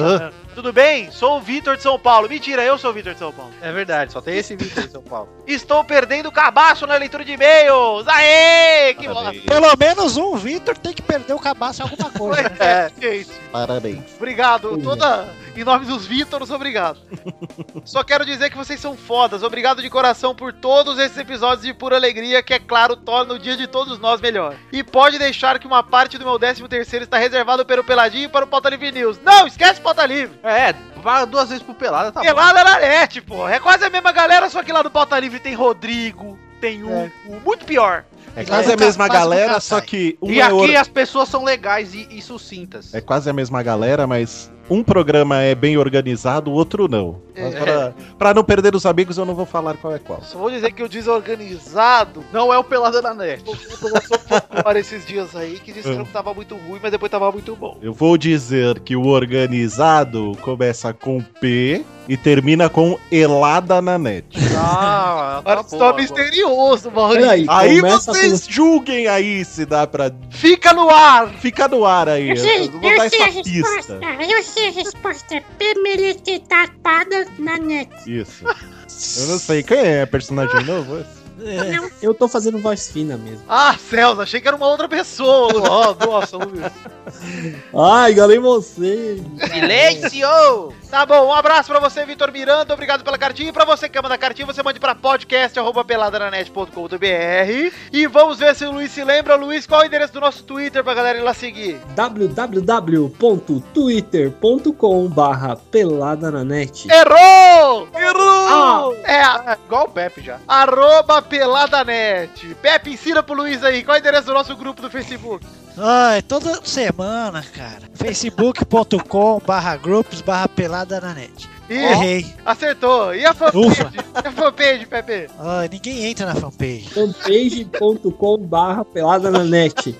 [SPEAKER 1] Tudo bem? Sou o Vitor de São Paulo. Mentira, eu sou o Vitor de São Paulo.
[SPEAKER 2] É verdade, só tem esse vídeo em São Paulo.
[SPEAKER 1] Estou perdendo o cabaço na leitura de e-mails. Aê! Que bola.
[SPEAKER 3] Pelo menos um Vitor tem que perder o cabaço em alguma coisa. né?
[SPEAKER 1] É, é isso.
[SPEAKER 4] Parabéns.
[SPEAKER 1] Obrigado. Toda Em nome dos Vítoros, obrigado. Só quero dizer que vocês são fodas. Obrigado de coração por todos esses episódios de pura alegria, que é claro, torna o dia de todos nós melhor. E pode deixar que uma parte do meu 13 terceiro está reservado pelo Peladinho e para o Pauta Livre News. Não, esquece o Pauta Livre.
[SPEAKER 2] É, duas vezes pro Pelada, tá
[SPEAKER 1] Pelada na net, pô. É quase a mesma galera, só que lá no Pauta Livre tem Rodrigo, tem um, muito pior.
[SPEAKER 4] É quase a mesma galera, só que um
[SPEAKER 2] E
[SPEAKER 4] é
[SPEAKER 2] aqui
[SPEAKER 4] outro-
[SPEAKER 2] as pessoas são legais e, e sucintas.
[SPEAKER 4] É quase a mesma galera, mas um programa é bem organizado, o outro não. Mas
[SPEAKER 1] É.
[SPEAKER 4] pra- Pra não perder os amigos, eu não vou falar qual é qual.
[SPEAKER 1] Só vou dizer que o desorganizado
[SPEAKER 2] não é o Pelada na Net.
[SPEAKER 1] um Agora esses dias aí que disse que tava muito ruim, mas depois tava muito bom.
[SPEAKER 4] Eu vou dizer que o organizado começa com P e termina com Elada na net.
[SPEAKER 2] Ah,
[SPEAKER 1] agora você tá misterioso, Maurício.
[SPEAKER 4] Aí, vocês julguem aí se dá pra.
[SPEAKER 1] Fica no ar!
[SPEAKER 4] Fica no ar aí.
[SPEAKER 9] Eu
[SPEAKER 4] Eu,
[SPEAKER 9] sei,
[SPEAKER 4] vou dar
[SPEAKER 9] eu sei a
[SPEAKER 4] essa pista.
[SPEAKER 9] resposta. Eu sei a resposta. Pemelete tapada na net.
[SPEAKER 4] Isso. Eu não sei quem é personagem novo. esse?
[SPEAKER 5] Eu tô fazendo voz fina mesmo.
[SPEAKER 1] Ah, Celso, achei que era uma outra pessoa. Ó, nossa, Luiz.
[SPEAKER 5] Ai, galei você.
[SPEAKER 1] Silêncio! Tá bom, um abraço pra você, Vitor Miranda. Obrigado pela cartinha. E pra você que ama da cartinha, você mande pra podcast.peladananet.com.br. E vamos ver se o Luiz se lembra. Luiz, qual é o endereço do nosso Twitter pra galera ir lá seguir?
[SPEAKER 5] www.twitter.com barra pelada na net.
[SPEAKER 1] Errou! Errou! É, a-
[SPEAKER 2] Igual o Pepe já.
[SPEAKER 1] arroba peladanet. Pepe, ensina pro Luiz aí. Qual é o endereço do nosso grupo do Facebook?
[SPEAKER 3] Ai, toda semana, cara. facebook.com barra grupos barra pelada na net.
[SPEAKER 1] Ih,
[SPEAKER 3] Errei.
[SPEAKER 1] Acertou. E a fanpage? E a fanpage, Pepe?
[SPEAKER 3] Ai, ninguém entra na fanpage.
[SPEAKER 5] fanpage.com barra pelada na net.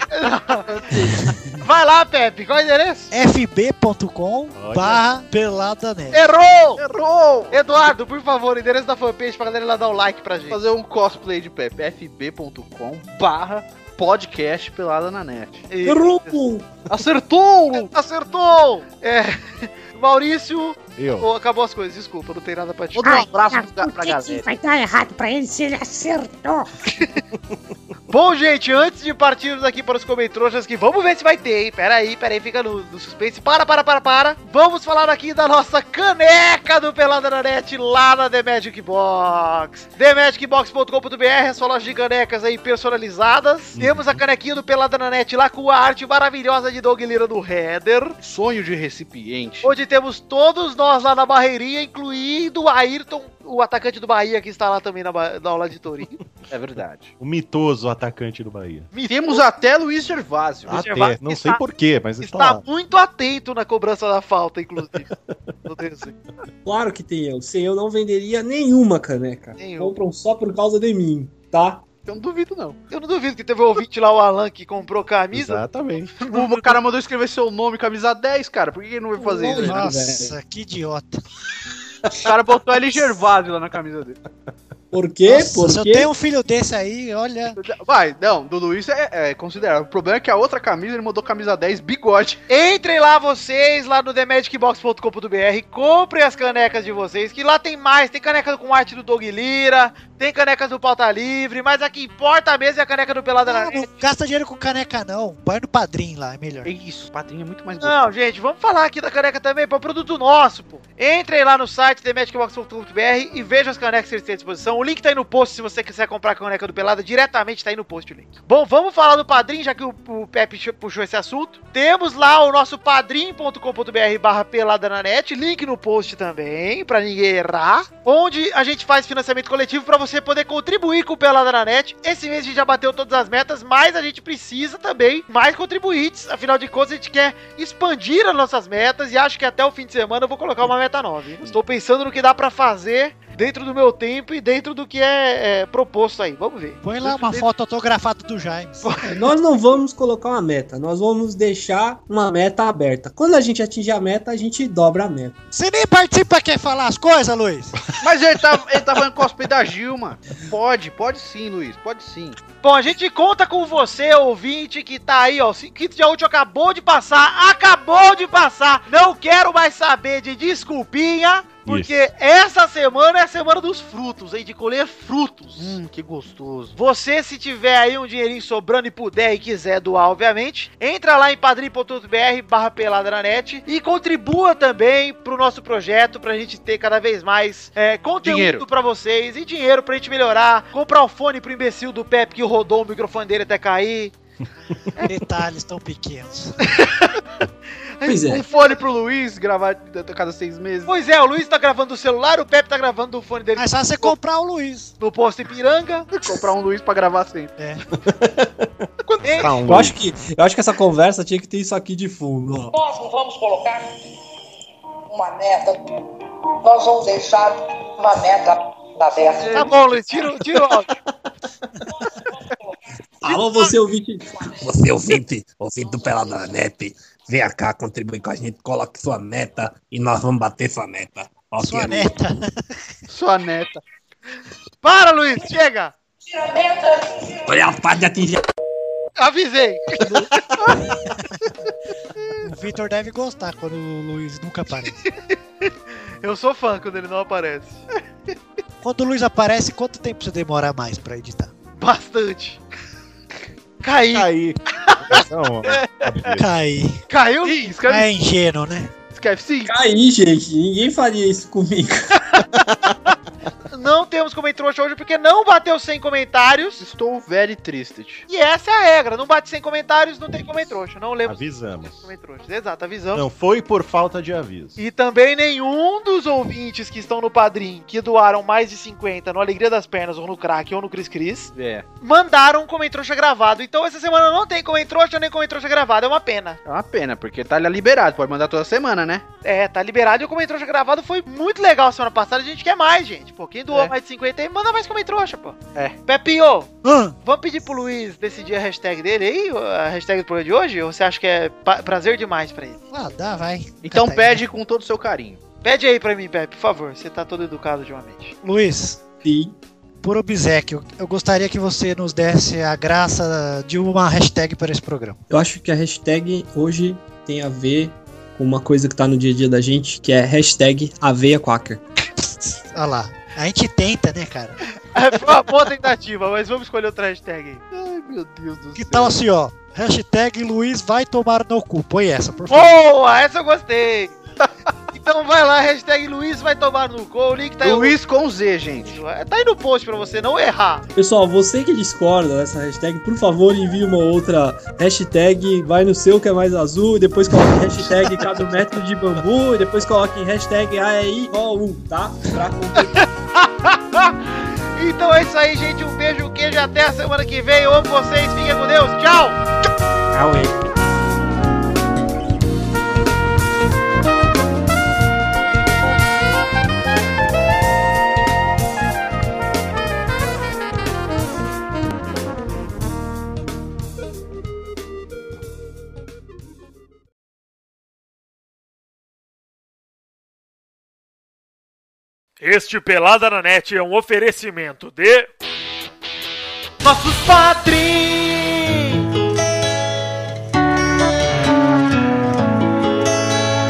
[SPEAKER 1] Vai lá, Pepe. Qual é o endereço?
[SPEAKER 3] fb.com barra pelada net.
[SPEAKER 1] Errou! Errou! Eduardo, por favor, endereço da fanpage pra galera lá dar o like pra gente.
[SPEAKER 2] Fazer um cosplay de Pepe. fb.com barra podcast pelada na net. Acertou!
[SPEAKER 1] Acertou! É. Maurício.
[SPEAKER 4] Eu.
[SPEAKER 1] Oh, acabou as coisas, desculpa, não tem nada pra te
[SPEAKER 2] Vou dar um abraço
[SPEAKER 9] Ah,
[SPEAKER 2] pra,
[SPEAKER 9] o
[SPEAKER 2] pra
[SPEAKER 9] que que
[SPEAKER 2] galera.
[SPEAKER 9] vai dar errado pra ele se ele acertou?
[SPEAKER 1] Bom, gente, antes de partirmos aqui para os comentroxas, que vamos ver se vai ter, hein? Pera aí, pera aí, fica no, no suspense. Para, para, para, para. Vamos falar aqui da nossa caneca do Pelada na Net lá na The Magic Box. TheMagicBox.com.br, a sua loja de canecas aí personalizadas. Temos a canequinha do Pelada na Net lá com a arte maravilhosa de Doug Lira do Header.
[SPEAKER 2] Sonho de recipiente.
[SPEAKER 1] Onde temos todos nós lá na barreirinha, incluindo o Ayrton, o atacante do Bahia, que está lá também na, ba- na aula de Torinho.
[SPEAKER 2] É verdade.
[SPEAKER 4] O mitoso atacante do Bahia.
[SPEAKER 2] Temos até Luiz Gervásio.
[SPEAKER 1] Luiz
[SPEAKER 4] Até,
[SPEAKER 1] Gervásio
[SPEAKER 4] não
[SPEAKER 1] está-
[SPEAKER 4] sei porquê, mas está,
[SPEAKER 1] Está
[SPEAKER 4] lá.
[SPEAKER 1] muito atento na cobrança da falta, inclusive. No desenho.
[SPEAKER 5] Claro que tem eu. Sem eu não venderia nenhuma caneca.
[SPEAKER 1] Nenhuma.
[SPEAKER 5] Compram só por causa de mim, tá?
[SPEAKER 2] Eu não duvido, não.
[SPEAKER 1] Eu não duvido que teve um ouvinte lá, o Alan, que comprou camisa.
[SPEAKER 4] Exatamente.
[SPEAKER 2] O o cara mandou escrever seu nome, camisa 10, cara. Por que ele não vai fazer
[SPEAKER 1] É.
[SPEAKER 2] isso?
[SPEAKER 3] Nossa, que idiota.
[SPEAKER 2] O cara botou L Gervásio lá na camisa dele.
[SPEAKER 5] Por quê?
[SPEAKER 3] Nossa,
[SPEAKER 5] por
[SPEAKER 3] se eu
[SPEAKER 5] quê?
[SPEAKER 3] tenho um filho desse aí, olha.
[SPEAKER 2] Vai, não, do Luiz é, é considerável. O problema é que a outra camisa ele mandou camisa 10, bigode.
[SPEAKER 1] Entrem lá vocês, lá no TheMagicBox.com.br, comprem as canecas de vocês, que lá tem mais, tem caneca com arte do Doug Lira, tem canecas do Pauta Livre, mas a que importa mesmo é a caneca do Pelada na
[SPEAKER 3] Ah, não gasta dinheiro com caneca, não. Vai no padrinho lá, é melhor.
[SPEAKER 2] É isso, padrinho é muito mais gostoso.
[SPEAKER 1] Não, gente, vamos falar aqui da caneca também, pô, é produto nosso, pô. Entrem lá no site thematicbox.com.br e vejam as canecas que eles têm à disposição. O link tá aí no post se você quiser comprar a caneca do Pelada, diretamente tá aí no post o link. Bom, vamos falar do Padrim, já que o, o Pepe ch- puxou esse assunto. Temos lá o nosso padrim.com.br barra pelada na net, link no post também, pra ninguém errar. Onde a gente faz financiamento coletivo pra você poder contribuir com o Pelada na net. Esse mês a gente já bateu todas as metas, mas a gente precisa também mais contribuintes. Afinal de contas, a gente quer expandir as nossas metas e acho que até o fim de semana eu vou colocar uma meta nova. hein? Estou pensando no que dá pra fazer dentro do meu tempo e dentro do que é, é, proposto aí. Vamos ver.
[SPEAKER 3] Põe lá uma foto autografada do Jaime.
[SPEAKER 5] Nós não vamos colocar uma meta, nós vamos deixar uma meta aberta. Quando a gente atingir a meta, a gente dobra a meta.
[SPEAKER 3] Você nem participa, quer falar as coisas, Luiz?
[SPEAKER 2] Mas ele tá, ele tá fazendo cosplay da Gilma. Pode, pode sim, Luiz, pode sim.
[SPEAKER 1] Bom, a gente conta com você, ouvinte, que tá aí, ó. O quinto dia útil acabou de passar, acabou de passar. Não quero mais saber de desculpinha. Porque essa semana é a semana dos frutos, hein? De colher frutos. Hum, que gostoso. Você, se tiver aí um dinheirinho sobrando e puder e quiser doar, obviamente, entra lá em padrim.br barra pelada na net e contribua também pro nosso projeto pra gente ter cada vez mais é, conteúdo
[SPEAKER 2] Dinheiro.
[SPEAKER 1] pra vocês e dinheiro pra gente melhorar, comprar o fone pro imbecil do Pepe que rodou o microfone dele até cair.
[SPEAKER 3] Detalhes tão pequenos.
[SPEAKER 5] Pois é.
[SPEAKER 1] Um fone pro Luiz gravar a cada seis meses. Pois é, o Luiz tá gravando o celular, o Pepe tá gravando o fone dele.
[SPEAKER 3] Mas é só você comprar o Luiz.
[SPEAKER 1] No posto Ipiranga. comprar um Luiz pra gravar sempre.
[SPEAKER 3] É.
[SPEAKER 4] Tá um
[SPEAKER 5] Eu acho, que, eu acho que essa conversa tinha que ter isso aqui de fundo. ó.
[SPEAKER 12] Nós não vamos colocar uma meta. Nós vamos deixar uma meta aberta.
[SPEAKER 1] Tá bom, Luiz, tira, o- tira o áudio.
[SPEAKER 5] Alô, você ouvinte.
[SPEAKER 13] Você ouvinte, ouvinte do Peladranet, venha cá contribuir com a gente, coloque sua meta e nós vamos bater sua meta. Ok,
[SPEAKER 1] Sua
[SPEAKER 13] amigo?
[SPEAKER 1] Sua neta. Para, Luiz, chega! Tira a meta!
[SPEAKER 13] Foi a parte de atingir.
[SPEAKER 1] Avisei!
[SPEAKER 3] O Vitor deve gostar quando o Luiz nunca aparece.
[SPEAKER 1] Eu sou fã quando ele não aparece.
[SPEAKER 3] Quando o Luiz aparece, quanto tempo você demora mais pra editar?
[SPEAKER 1] Bastante. Caí.
[SPEAKER 4] Caí. Tá um
[SPEAKER 13] É.
[SPEAKER 3] Caí.
[SPEAKER 1] Caiu? Sim,
[SPEAKER 3] É ingênuo, né?
[SPEAKER 1] Escreve sim.
[SPEAKER 5] Caí, gente. Ninguém faria isso comigo.
[SPEAKER 1] Não temos comentrouxa hoje porque não bateu 100 comentários.
[SPEAKER 2] Estou very triste.
[SPEAKER 1] E essa é a regra. Não bate 100 comentários, não tem comentrouxa. Não lemos
[SPEAKER 4] Avisamos.
[SPEAKER 1] comentrouxas. Exato, avisamos.
[SPEAKER 4] Não foi por falta de aviso.
[SPEAKER 1] E também nenhum dos ouvintes que estão no Padrim, que doaram mais de 50 no Alegria das Pernas, ou no Crack, ou no Cris Cris,
[SPEAKER 2] É.
[SPEAKER 1] mandaram um Comentrouxa gravado. Então essa semana não tem Comentrouxa nem Comentrouxa gravado, é uma pena.
[SPEAKER 2] É uma pena, porque tá liberado, pode mandar toda semana, né?
[SPEAKER 1] É, tá liberado e o Comentrouxa gravado foi muito legal semana passada, a gente quer mais, gente. Pô, quem doou mais de 50 aí, manda mais Comentrouxa, pô.
[SPEAKER 2] É.
[SPEAKER 1] Pepinho,
[SPEAKER 3] Hum,
[SPEAKER 1] vamos pedir pro Luiz decidir a hashtag dele aí, a hashtag do programa de hoje? Ou você acha que é pa- prazer demais pra ele?
[SPEAKER 3] Ah, dá, vai.
[SPEAKER 2] Então
[SPEAKER 3] Cata aí. né?
[SPEAKER 2] pede com todo o seu carinho.
[SPEAKER 1] Pede aí pra mim, Pepe, por favor, você tá todo educado ultimamente.
[SPEAKER 3] Luiz.
[SPEAKER 5] Sim.
[SPEAKER 3] Por obsequio, eu gostaria que você nos desse a graça de uma hashtag para esse programa.
[SPEAKER 5] Eu acho que a hashtag hoje tem a ver com uma coisa que tá no dia a dia da gente, que é hashtag aveia quaker.
[SPEAKER 3] Olha lá. A gente tenta, né, cara?
[SPEAKER 1] É, foi uma boa tentativa, mas vamos escolher outra hashtag aí. Ai, meu Deus do
[SPEAKER 3] Que tal assim, ó? Hashtag Luiz vai tomar no cu. Põe essa, por favor.
[SPEAKER 1] Boa, essa eu gostei. Então vai lá, hashtag Luiz vai tomar no cu. O link tá aí.
[SPEAKER 2] Luiz com Z, gente.
[SPEAKER 1] Tá aí no post pra você não errar.
[SPEAKER 5] Pessoal, você que discorda dessa hashtag, por favor, envie uma outra hashtag, vai no seu que é mais azul, e depois coloque hashtag cada metro de bambu, e depois coloque hashtag AEIO1, tá? Pra
[SPEAKER 1] então é isso aí, gente. Um beijo, um queijo. Até a semana que vem. Eu amo vocês. Fiquem com Deus. Tchau.
[SPEAKER 5] Cauê.
[SPEAKER 14] Este Pelada na Net é um oferecimento de.
[SPEAKER 1] Nossos patrins!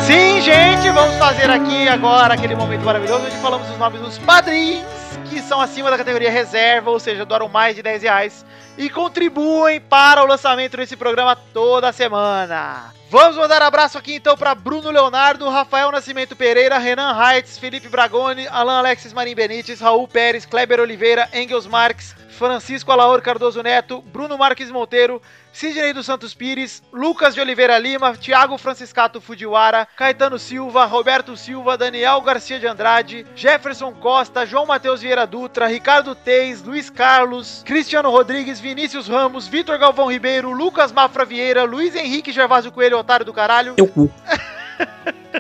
[SPEAKER 1] Sim, gente, vamos fazer aqui agora aquele momento maravilhoso onde falamos os nomes dos padrinhos que são acima da categoria reserva, ou seja, doaram mais de 10 reais e contribuem para o lançamento desse programa toda semana. Vamos mandar abraço aqui então para Bruno Leonardo, Rafael Nascimento Pereira, Renan Heitz, Felipe Bragoni, Alan Alexis Marim Benites, Raul Pérez, Kleber Oliveira, Engels Marques, Francisco Alaor Cardoso Neto, Bruno Marques Monteiro, Sidney dos Santos Pires, Lucas de Oliveira Lima, Thiago Franciscato Fujiwara, Caetano Silva, Roberto Silva, Daniel Garcia de Andrade, Jefferson Costa, João Matheus Vieira Dutra, Ricardo Teis, Luiz Carlos, Cristiano Rodrigues, Vinícius Ramos, Vitor Galvão Ribeiro, Lucas Mafra Vieira, Luiz Henrique Gervásio Coelho, otário do caralho.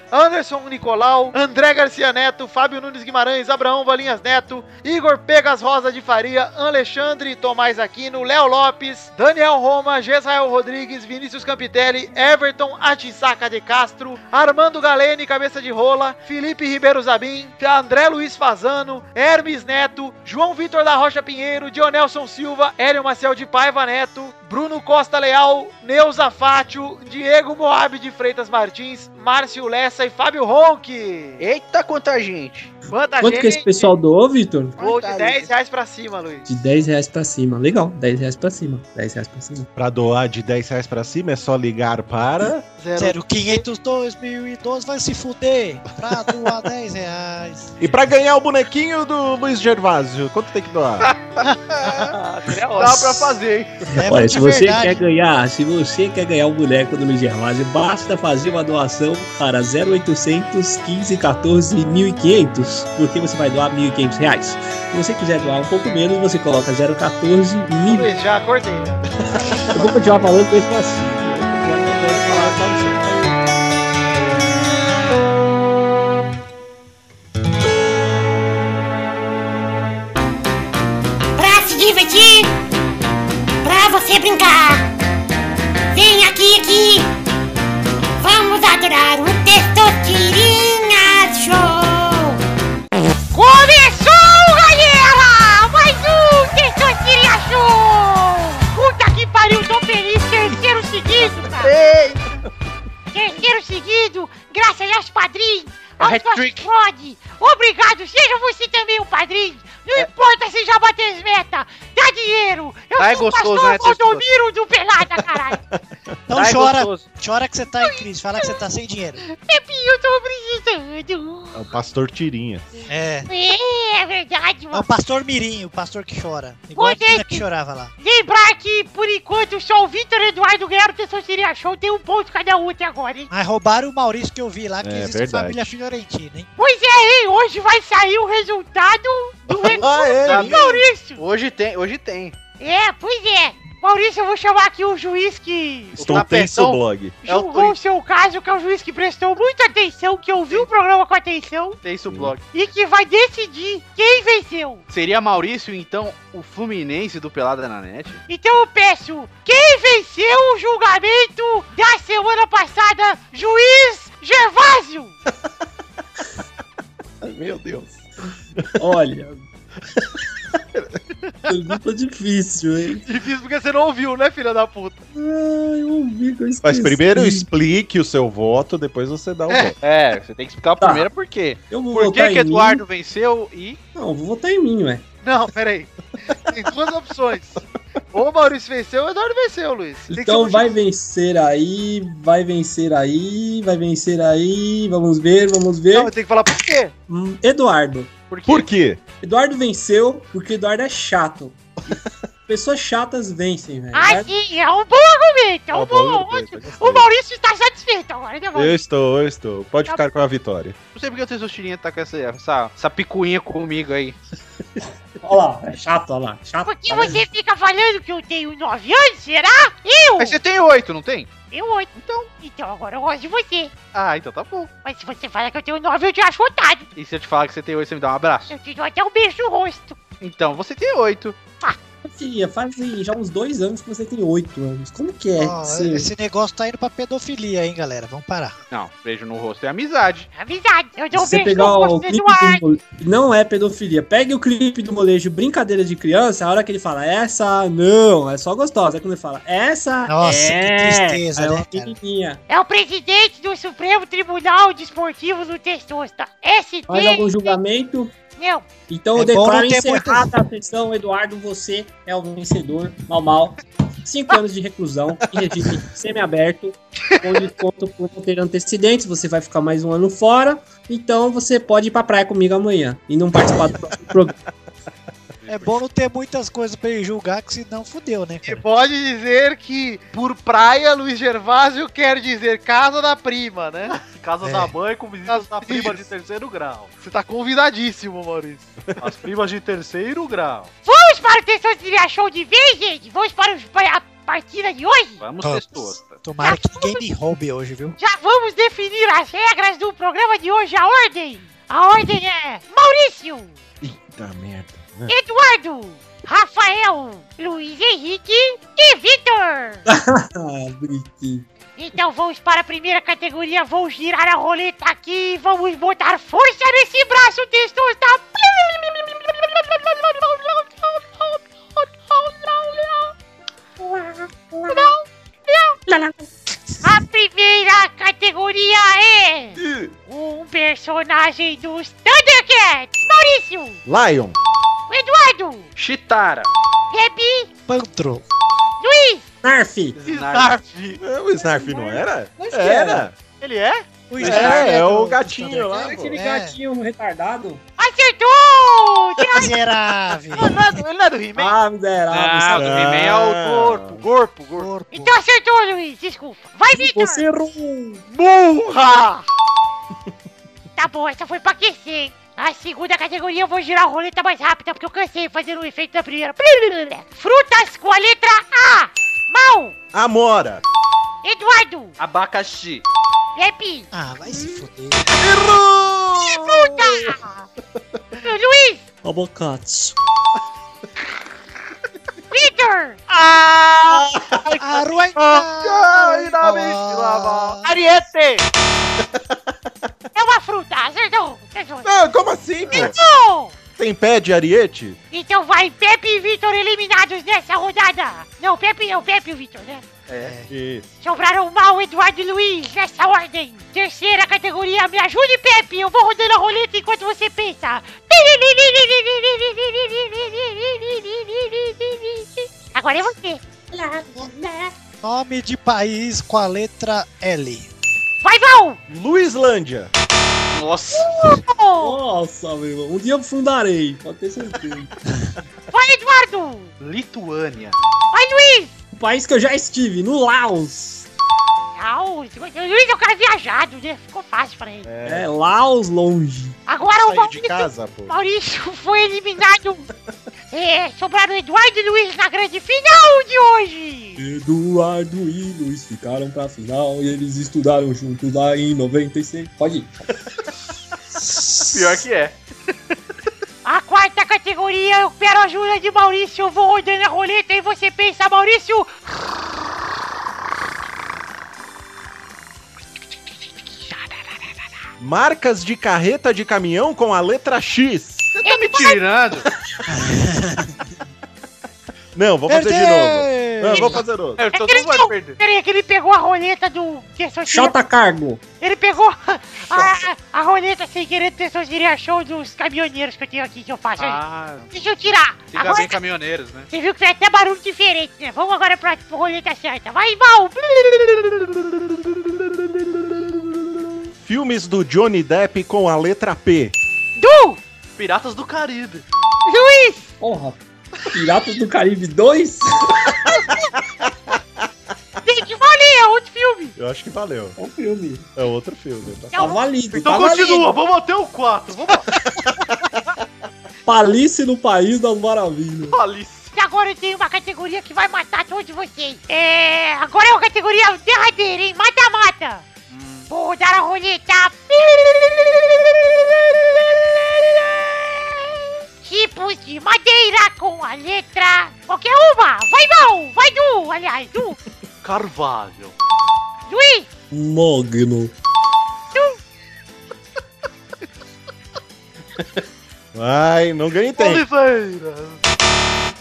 [SPEAKER 1] Anderson Nicolau, André Garcia Neto, Fábio Nunes Guimarães, Abraão Valinhas Neto, Igor Pegas Rosa de Faria, Alexandre Tomás Aquino, Léo Lopes, Daniel Roma, Gesael Rodrigues, Vinícius Campitelli, Everton Atisaca de Castro, Armando Galene, Cabeça de Rola, Felipe Ribeiro Zabim, André Luiz Fazano, Hermes Neto, João Vitor da Rocha Pinheiro, Dionelson Silva, Hélio Marcel de Paiva Neto, Bruno Costa Leal, Neuza Fátio, Diego Moab de Freitas Martins, Márcio Lessa e Fábio Ronque.
[SPEAKER 2] Eita, quanta gente!
[SPEAKER 1] Quanta
[SPEAKER 5] Quanto
[SPEAKER 1] Tá, gente!
[SPEAKER 5] que é esse pessoal doou, Vitor?
[SPEAKER 1] Gol de 10 reais pra cima, Luiz.
[SPEAKER 5] De 10 reais pra cima. Legal, 10 reais pra cima. 10 reais pra cima.
[SPEAKER 4] Pra doar de 10 reais pra cima é só ligar para.
[SPEAKER 3] 0502 2012 vai se fuder pra doar 10 reais.
[SPEAKER 4] E pra ganhar o bonequinho do Luiz Gervásio, quanto tem que doar?
[SPEAKER 1] É
[SPEAKER 2] Dá pra fazer, hein?
[SPEAKER 3] É
[SPEAKER 15] Olha, se você quer ganhar, se você quer ganhar o boneco do Luiz Gervásio, basta fazer uma doação para 0800 15 14 1500, porque você vai doar 1.500 reais. Se você quiser doar um pouco menos, você coloca 014 mil.
[SPEAKER 1] Luiz, já acordei. né?
[SPEAKER 10] Tá
[SPEAKER 15] Eu vou continuar falando com esse assim.
[SPEAKER 16] Pra se divertir, pra você brincar. Vem aqui, aqui. Vamos adorar o Testosterinha Show.
[SPEAKER 10] Começou, galera! Mais um Testosterinha Show! Puta que pariu, tô feliz, terceiro seguido, cara! Terceiro seguido, graças aos padrinhos, aos pode. Obrigado, seja você também um padrinho! Não
[SPEAKER 2] É.
[SPEAKER 10] importa se já bateu as metas, dá dinheiro! Eu
[SPEAKER 2] Tá, é
[SPEAKER 10] sou o
[SPEAKER 2] gostoso,
[SPEAKER 10] pastor
[SPEAKER 2] né,
[SPEAKER 10] Valdomiro do Pelada, caralho!
[SPEAKER 3] Então
[SPEAKER 10] Vai,
[SPEAKER 3] chora,
[SPEAKER 10] gostoso.
[SPEAKER 3] chora que você tá em crise, fala que você tá sem dinheiro.
[SPEAKER 10] Pepinho, É eu tô precisando!
[SPEAKER 4] É o pastor Tirinha.
[SPEAKER 3] É.
[SPEAKER 10] É, é verdade,
[SPEAKER 3] É o
[SPEAKER 10] mano.
[SPEAKER 3] pastor Mirim, o pastor que chora. Igual a
[SPEAKER 10] Ô,
[SPEAKER 3] menina
[SPEAKER 10] gente.
[SPEAKER 3] que chorava lá.
[SPEAKER 10] Lembrar que, por enquanto, só o Vitor e o Eduardo ganharam o Testosterinha Show. Tem um ponto cada um até agora, hein?
[SPEAKER 3] Mas roubaram o Maurício que eu vi lá, que
[SPEAKER 4] É,
[SPEAKER 3] existe
[SPEAKER 4] verdade.
[SPEAKER 3] família Fiorentina, hein?
[SPEAKER 10] Pois é, hein? Hoje vai sair o resultado do
[SPEAKER 2] Ah,
[SPEAKER 10] recurso
[SPEAKER 2] é,
[SPEAKER 10] do
[SPEAKER 2] amigo.
[SPEAKER 10] Maurício.
[SPEAKER 2] Hoje tem, hoje tem.
[SPEAKER 10] É, pois é. Maurício, eu vou chamar aqui o juiz que
[SPEAKER 4] Estou tenso
[SPEAKER 2] tapetão.
[SPEAKER 4] blog.
[SPEAKER 10] julgou o seu caso, que é um juiz que prestou muita atenção, que ouviu o programa com atenção
[SPEAKER 2] Tem isso, blog.
[SPEAKER 10] e que vai decidir quem venceu.
[SPEAKER 2] Seria Maurício, então, o Fluminense do Pelada na Net?
[SPEAKER 10] Então eu peço, quem venceu o julgamento da semana passada, juiz Gervásio?
[SPEAKER 15] Meu Deus.
[SPEAKER 5] Olha. Pergunta difícil, hein?
[SPEAKER 1] Difícil porque você não ouviu, né, filha da puta?
[SPEAKER 5] Ai, eu ouvi que eu
[SPEAKER 4] Mas
[SPEAKER 5] esqueci.
[SPEAKER 4] primeiro explique o seu voto, depois você dá o voto.
[SPEAKER 2] É, você tem que explicar
[SPEAKER 5] Tá.
[SPEAKER 2] primeiro por quê.
[SPEAKER 5] Eu vou
[SPEAKER 2] Por que,
[SPEAKER 5] votar
[SPEAKER 2] que
[SPEAKER 5] em
[SPEAKER 2] Eduardo venceu e.
[SPEAKER 5] Não, eu vou votar em mim, ué.
[SPEAKER 1] Não, peraí. Tem duas opções. Ou o Maurício venceu ou o Eduardo venceu, Luiz. Tem que
[SPEAKER 5] Então
[SPEAKER 1] ser um
[SPEAKER 5] vai vencer aí, vai vencer aí, vai vencer aí, vamos ver, vamos ver. Não,
[SPEAKER 1] tem que falar por quê?
[SPEAKER 5] Eduardo.
[SPEAKER 2] Por quê?
[SPEAKER 4] Por quê?
[SPEAKER 5] Eduardo venceu porque Eduardo é chato. Pessoas chatas vencem, velho.
[SPEAKER 10] Ah, sim, é um bom argumento, é
[SPEAKER 4] Tá
[SPEAKER 10] um bom. O Maurício está satisfeito agora, né,
[SPEAKER 4] Eu
[SPEAKER 10] Maurício?
[SPEAKER 4] estou, eu estou. Pode ficar com a vitória.
[SPEAKER 2] Não sei porque o Tessostirinha tá com essa, essa, essa picuinha comigo aí.
[SPEAKER 5] olha lá, é chato, olha lá. Chato.
[SPEAKER 10] Por que você fica falando que eu tenho nove anos, será? Eu?
[SPEAKER 2] Mas você tem oito, não tem?
[SPEAKER 10] Eu oito. Então, então agora eu gosto de você.
[SPEAKER 2] Ah, então tá bom.
[SPEAKER 10] Mas se você fala que eu tenho nove, eu te acho otário.
[SPEAKER 2] E se eu te falar que você tem oito, você me dá um abraço?
[SPEAKER 10] Eu te dou até um beijo no rosto.
[SPEAKER 2] Então, você tem oito.
[SPEAKER 5] Tia, faz já uns dois anos que você tem oito anos. Como que é?
[SPEAKER 3] Ó,
[SPEAKER 5] Sim.
[SPEAKER 3] esse negócio tá indo pra pedofilia, hein, galera? Vamos parar.
[SPEAKER 2] Não, beijo no rosto é amizade.
[SPEAKER 10] Amizade. Eu dou um
[SPEAKER 5] Se você
[SPEAKER 10] beijo
[SPEAKER 5] pegar
[SPEAKER 10] no
[SPEAKER 5] o
[SPEAKER 10] rosto do
[SPEAKER 5] clipe
[SPEAKER 10] Eduardo.
[SPEAKER 5] do mole- Não é pedofilia. Pegue o clipe do molejo Brincadeira de Criança, a hora que ele fala, essa não, é só gostosa. Aí quando ele fala, essa
[SPEAKER 3] Nossa,
[SPEAKER 5] é...
[SPEAKER 3] que tristeza,
[SPEAKER 5] Aí é
[SPEAKER 3] né,
[SPEAKER 5] uma
[SPEAKER 3] cara?
[SPEAKER 5] pequenininha.
[SPEAKER 10] É o presidente do Supremo Tribunal Desportivo do Testosta. ST.
[SPEAKER 5] Faz algum julgamento.
[SPEAKER 10] Não.
[SPEAKER 5] Então eu
[SPEAKER 3] É bom
[SPEAKER 5] declaro
[SPEAKER 3] não ter muito-
[SPEAKER 5] encerrada a sessão, Eduardo, você é o vencedor, mal mal. Cinco anos de reclusão em regime semiaberto, com desconto por não ter antecedentes, você vai ficar mais um ano fora, então você pode ir pra praia comigo amanhã e não participar do próximo programa.
[SPEAKER 3] É bom não ter muitas coisas pra ele julgar, que senão fudeu, né, cara?
[SPEAKER 1] Pode dizer que por praia, Luiz Gervásio quer dizer casa da prima, né?
[SPEAKER 17] Casa
[SPEAKER 1] É.
[SPEAKER 17] da mãe com visitas da prima de terceiro grau.
[SPEAKER 1] Você tá convidadíssimo, Maurício.
[SPEAKER 17] As primas de terceiro grau.
[SPEAKER 10] Vamos para o Testosteria Show de vez, gente. Vamos para, os- para a partida de hoje.
[SPEAKER 2] Vamos,
[SPEAKER 3] Tops.
[SPEAKER 2] Testosta.
[SPEAKER 3] Tomara que ninguém me roube hoje, viu?
[SPEAKER 10] Já vamos definir as regras do programa de hoje. A ordem. A ordem é Maurício,
[SPEAKER 4] Eita merda.
[SPEAKER 5] É.
[SPEAKER 10] Eduardo, Rafael, Luiz Henrique e Vitor.
[SPEAKER 5] Ah, bonitinho.
[SPEAKER 10] Então vamos para a primeira categoria, vou girar a roleta aqui e vamos botar força nesse braço tá? testosta. A primeira categoria é um personagem dos Thundercats. Maurício,
[SPEAKER 4] Lion.
[SPEAKER 10] Eduardo,
[SPEAKER 2] Chitara.
[SPEAKER 10] Gabi,
[SPEAKER 3] Pantro.
[SPEAKER 10] Luiz.
[SPEAKER 3] Snarf.
[SPEAKER 1] Snarf.
[SPEAKER 4] É, O Snarf não era?
[SPEAKER 5] Mas que
[SPEAKER 4] Era.
[SPEAKER 1] Ele é?
[SPEAKER 5] O
[SPEAKER 4] É, é o gatinho lá.
[SPEAKER 5] Era aquele
[SPEAKER 3] É.
[SPEAKER 4] pô.
[SPEAKER 5] gatinho um retardado.
[SPEAKER 10] Acertou!
[SPEAKER 3] Miserável.
[SPEAKER 1] Ele não é do He-Man?
[SPEAKER 5] Ah, miserável.
[SPEAKER 2] Ah, o do He-Man é o corpo, corpo, corpo.
[SPEAKER 10] Então acertou, Luiz, desculpa. Vai, Victor.
[SPEAKER 5] Você errou.
[SPEAKER 1] Murra!
[SPEAKER 10] Tá bom, essa foi pra aquecer, hein? A segunda categoria eu vou girar a roleta mais rápida, porque eu cansei fazendo o efeito da primeira. Frutas com a letra A. Mal.
[SPEAKER 4] Amora.
[SPEAKER 10] Eduardo.
[SPEAKER 2] Abacaxi.
[SPEAKER 10] Pepe.
[SPEAKER 3] Ah, vai se fuder.
[SPEAKER 10] Fruta. Luiz.
[SPEAKER 3] Abacate.
[SPEAKER 10] Victor.
[SPEAKER 1] Ah!
[SPEAKER 3] Aruenta.
[SPEAKER 1] Ariete!
[SPEAKER 10] É uma fruta. Acertou. Acertou.
[SPEAKER 4] Não, como assim, pô?
[SPEAKER 10] Então,
[SPEAKER 4] Tem pé de ariete?
[SPEAKER 10] então vai Pepe e Victor eliminados nessa rodada. Não, Pepe não. Pepe e Victor, né?
[SPEAKER 2] É.
[SPEAKER 4] Isso.
[SPEAKER 10] Sobraram mal Eduardo e Luiz nessa ordem. Terceira categoria, me ajude, Pepe. Eu vou rodando a roleta enquanto você pensa. Agora é você.
[SPEAKER 3] Nome de país com a letra L.
[SPEAKER 10] Vai, Val!
[SPEAKER 4] Luislândia.
[SPEAKER 2] Nossa.
[SPEAKER 5] Nossa, meu irmão. Um dia eu fundarei, pode ter certeza.
[SPEAKER 10] Vai, Eduardo!
[SPEAKER 2] Lituânia.
[SPEAKER 10] Vai, Luiz!
[SPEAKER 5] um país que eu já estive, no Laos.
[SPEAKER 10] Não, o Luiz é um cara viajado, né? Ficou fácil pra ele.
[SPEAKER 5] É, Laos longe.
[SPEAKER 10] Agora
[SPEAKER 4] Saí
[SPEAKER 10] o
[SPEAKER 4] de
[SPEAKER 10] Maurício
[SPEAKER 4] casa, pô.
[SPEAKER 10] Maurício foi eliminado. É, sobraram Eduardo e Luiz na grande final de hoje.
[SPEAKER 5] Eduardo e Luiz ficaram pra final e eles estudaram juntos lá em 96. Pode ir.
[SPEAKER 2] Pior que é.
[SPEAKER 10] A quarta categoria, eu quero a ajuda de Maurício. Eu vou rodando a roleta e você pensa, Maurício.
[SPEAKER 4] Marcas de carreta de caminhão com a letra X.
[SPEAKER 2] Você tá me tirando.
[SPEAKER 4] Não, vou fazer de
[SPEAKER 3] Perdeu!
[SPEAKER 4] novo. Não, vou fazer outro.
[SPEAKER 2] É,
[SPEAKER 10] É
[SPEAKER 2] todo
[SPEAKER 10] que ele
[SPEAKER 2] mundo vai
[SPEAKER 10] não-
[SPEAKER 2] perder.
[SPEAKER 10] Peraí, que ele pegou a roleta do Terceiro
[SPEAKER 5] Chota cargo.
[SPEAKER 10] Ele pegou a, a, a roleta sem querer do Terceiro Show dos caminhoneiros que eu tenho aqui que eu faço. olha.
[SPEAKER 2] Ah,
[SPEAKER 10] Deixa eu tirar.
[SPEAKER 2] fica
[SPEAKER 10] Agora,
[SPEAKER 2] bem caminhoneiros, né?
[SPEAKER 10] você viu que tem até barulho diferente, né? Vamos agora pra pra roleta certa. Vai, Val.
[SPEAKER 4] Filmes do Johnny Depp com a letra P.
[SPEAKER 10] Du,
[SPEAKER 2] Piratas do Caribe.
[SPEAKER 10] Luiz,
[SPEAKER 5] Porra. Piratas do Caribe 2?
[SPEAKER 10] tem que valer. É outro filme.
[SPEAKER 4] Eu acho que valeu.
[SPEAKER 5] É um filme.
[SPEAKER 4] É outro filme. Tá?
[SPEAKER 5] Tá valido.
[SPEAKER 17] Então
[SPEAKER 5] tá valido.
[SPEAKER 17] continua, vamos até o 4. Vamos até
[SPEAKER 5] Palice no País das Maravilhas.
[SPEAKER 17] o Alice.
[SPEAKER 10] E Agora eu tenho uma categoria que vai matar todos vocês. É. Agora é uma categoria derradeira, hein? Mata-mata! Vou rodar a roleta. Tipos de madeira com a letra. Qualquer uma! Vai, Val! Vai, Du! Aliás, Du!
[SPEAKER 17] Carvalho.
[SPEAKER 10] Luiz!
[SPEAKER 13] Mogno.
[SPEAKER 4] Vai, não ganhei tempo.
[SPEAKER 17] Oliveira.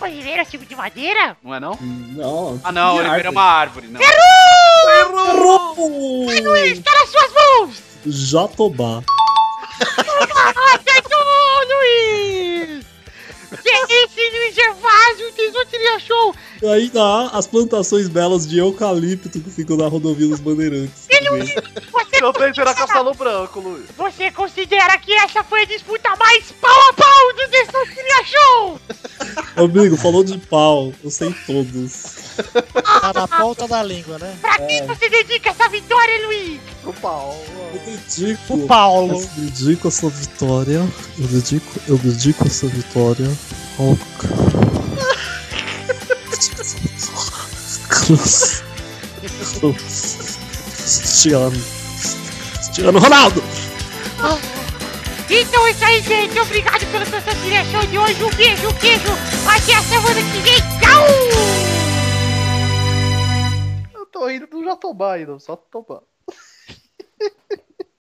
[SPEAKER 10] Oliveira, tipo de madeira?
[SPEAKER 2] Não é não?
[SPEAKER 5] Não.
[SPEAKER 2] Ah não,
[SPEAKER 5] que
[SPEAKER 2] Oliveira é
[SPEAKER 5] Hum. árvore.
[SPEAKER 2] uma árvore. Não.
[SPEAKER 5] Errou!
[SPEAKER 10] Luiz, tá nas suas mãos!
[SPEAKER 13] Jatobá.
[SPEAKER 10] Acertou, Luiz! Que esse Luiz é Gervásio tem outro show!
[SPEAKER 13] Ainda há as plantações belas de eucalipto que ficam na rodovia dos Bandeirantes.
[SPEAKER 10] Você
[SPEAKER 17] Eu pensei na Castelo Branco, Luiz.
[SPEAKER 10] Você considera que essa foi a disputa mais pau a pau do Destrucria Show?
[SPEAKER 13] Amigo, falou de pau. Eu sei todos.
[SPEAKER 3] Tá na ponta da língua, né?
[SPEAKER 10] Pra quem você dedica essa vitória, Luiz?
[SPEAKER 13] Eu dedico.
[SPEAKER 3] O Paulo.
[SPEAKER 13] Eu dedico essa vitória. Eu dedico, eu dedico essa vitória ao. Cristiano. Cristiano Ronaldo!
[SPEAKER 10] Então é isso aí, gente. Obrigado pelo Destrucria Show de hoje. Um beijo, um queijo. Até a semana que vem. Tchau!
[SPEAKER 17] Eu tô indo do Jatobá ainda, só Jatobá.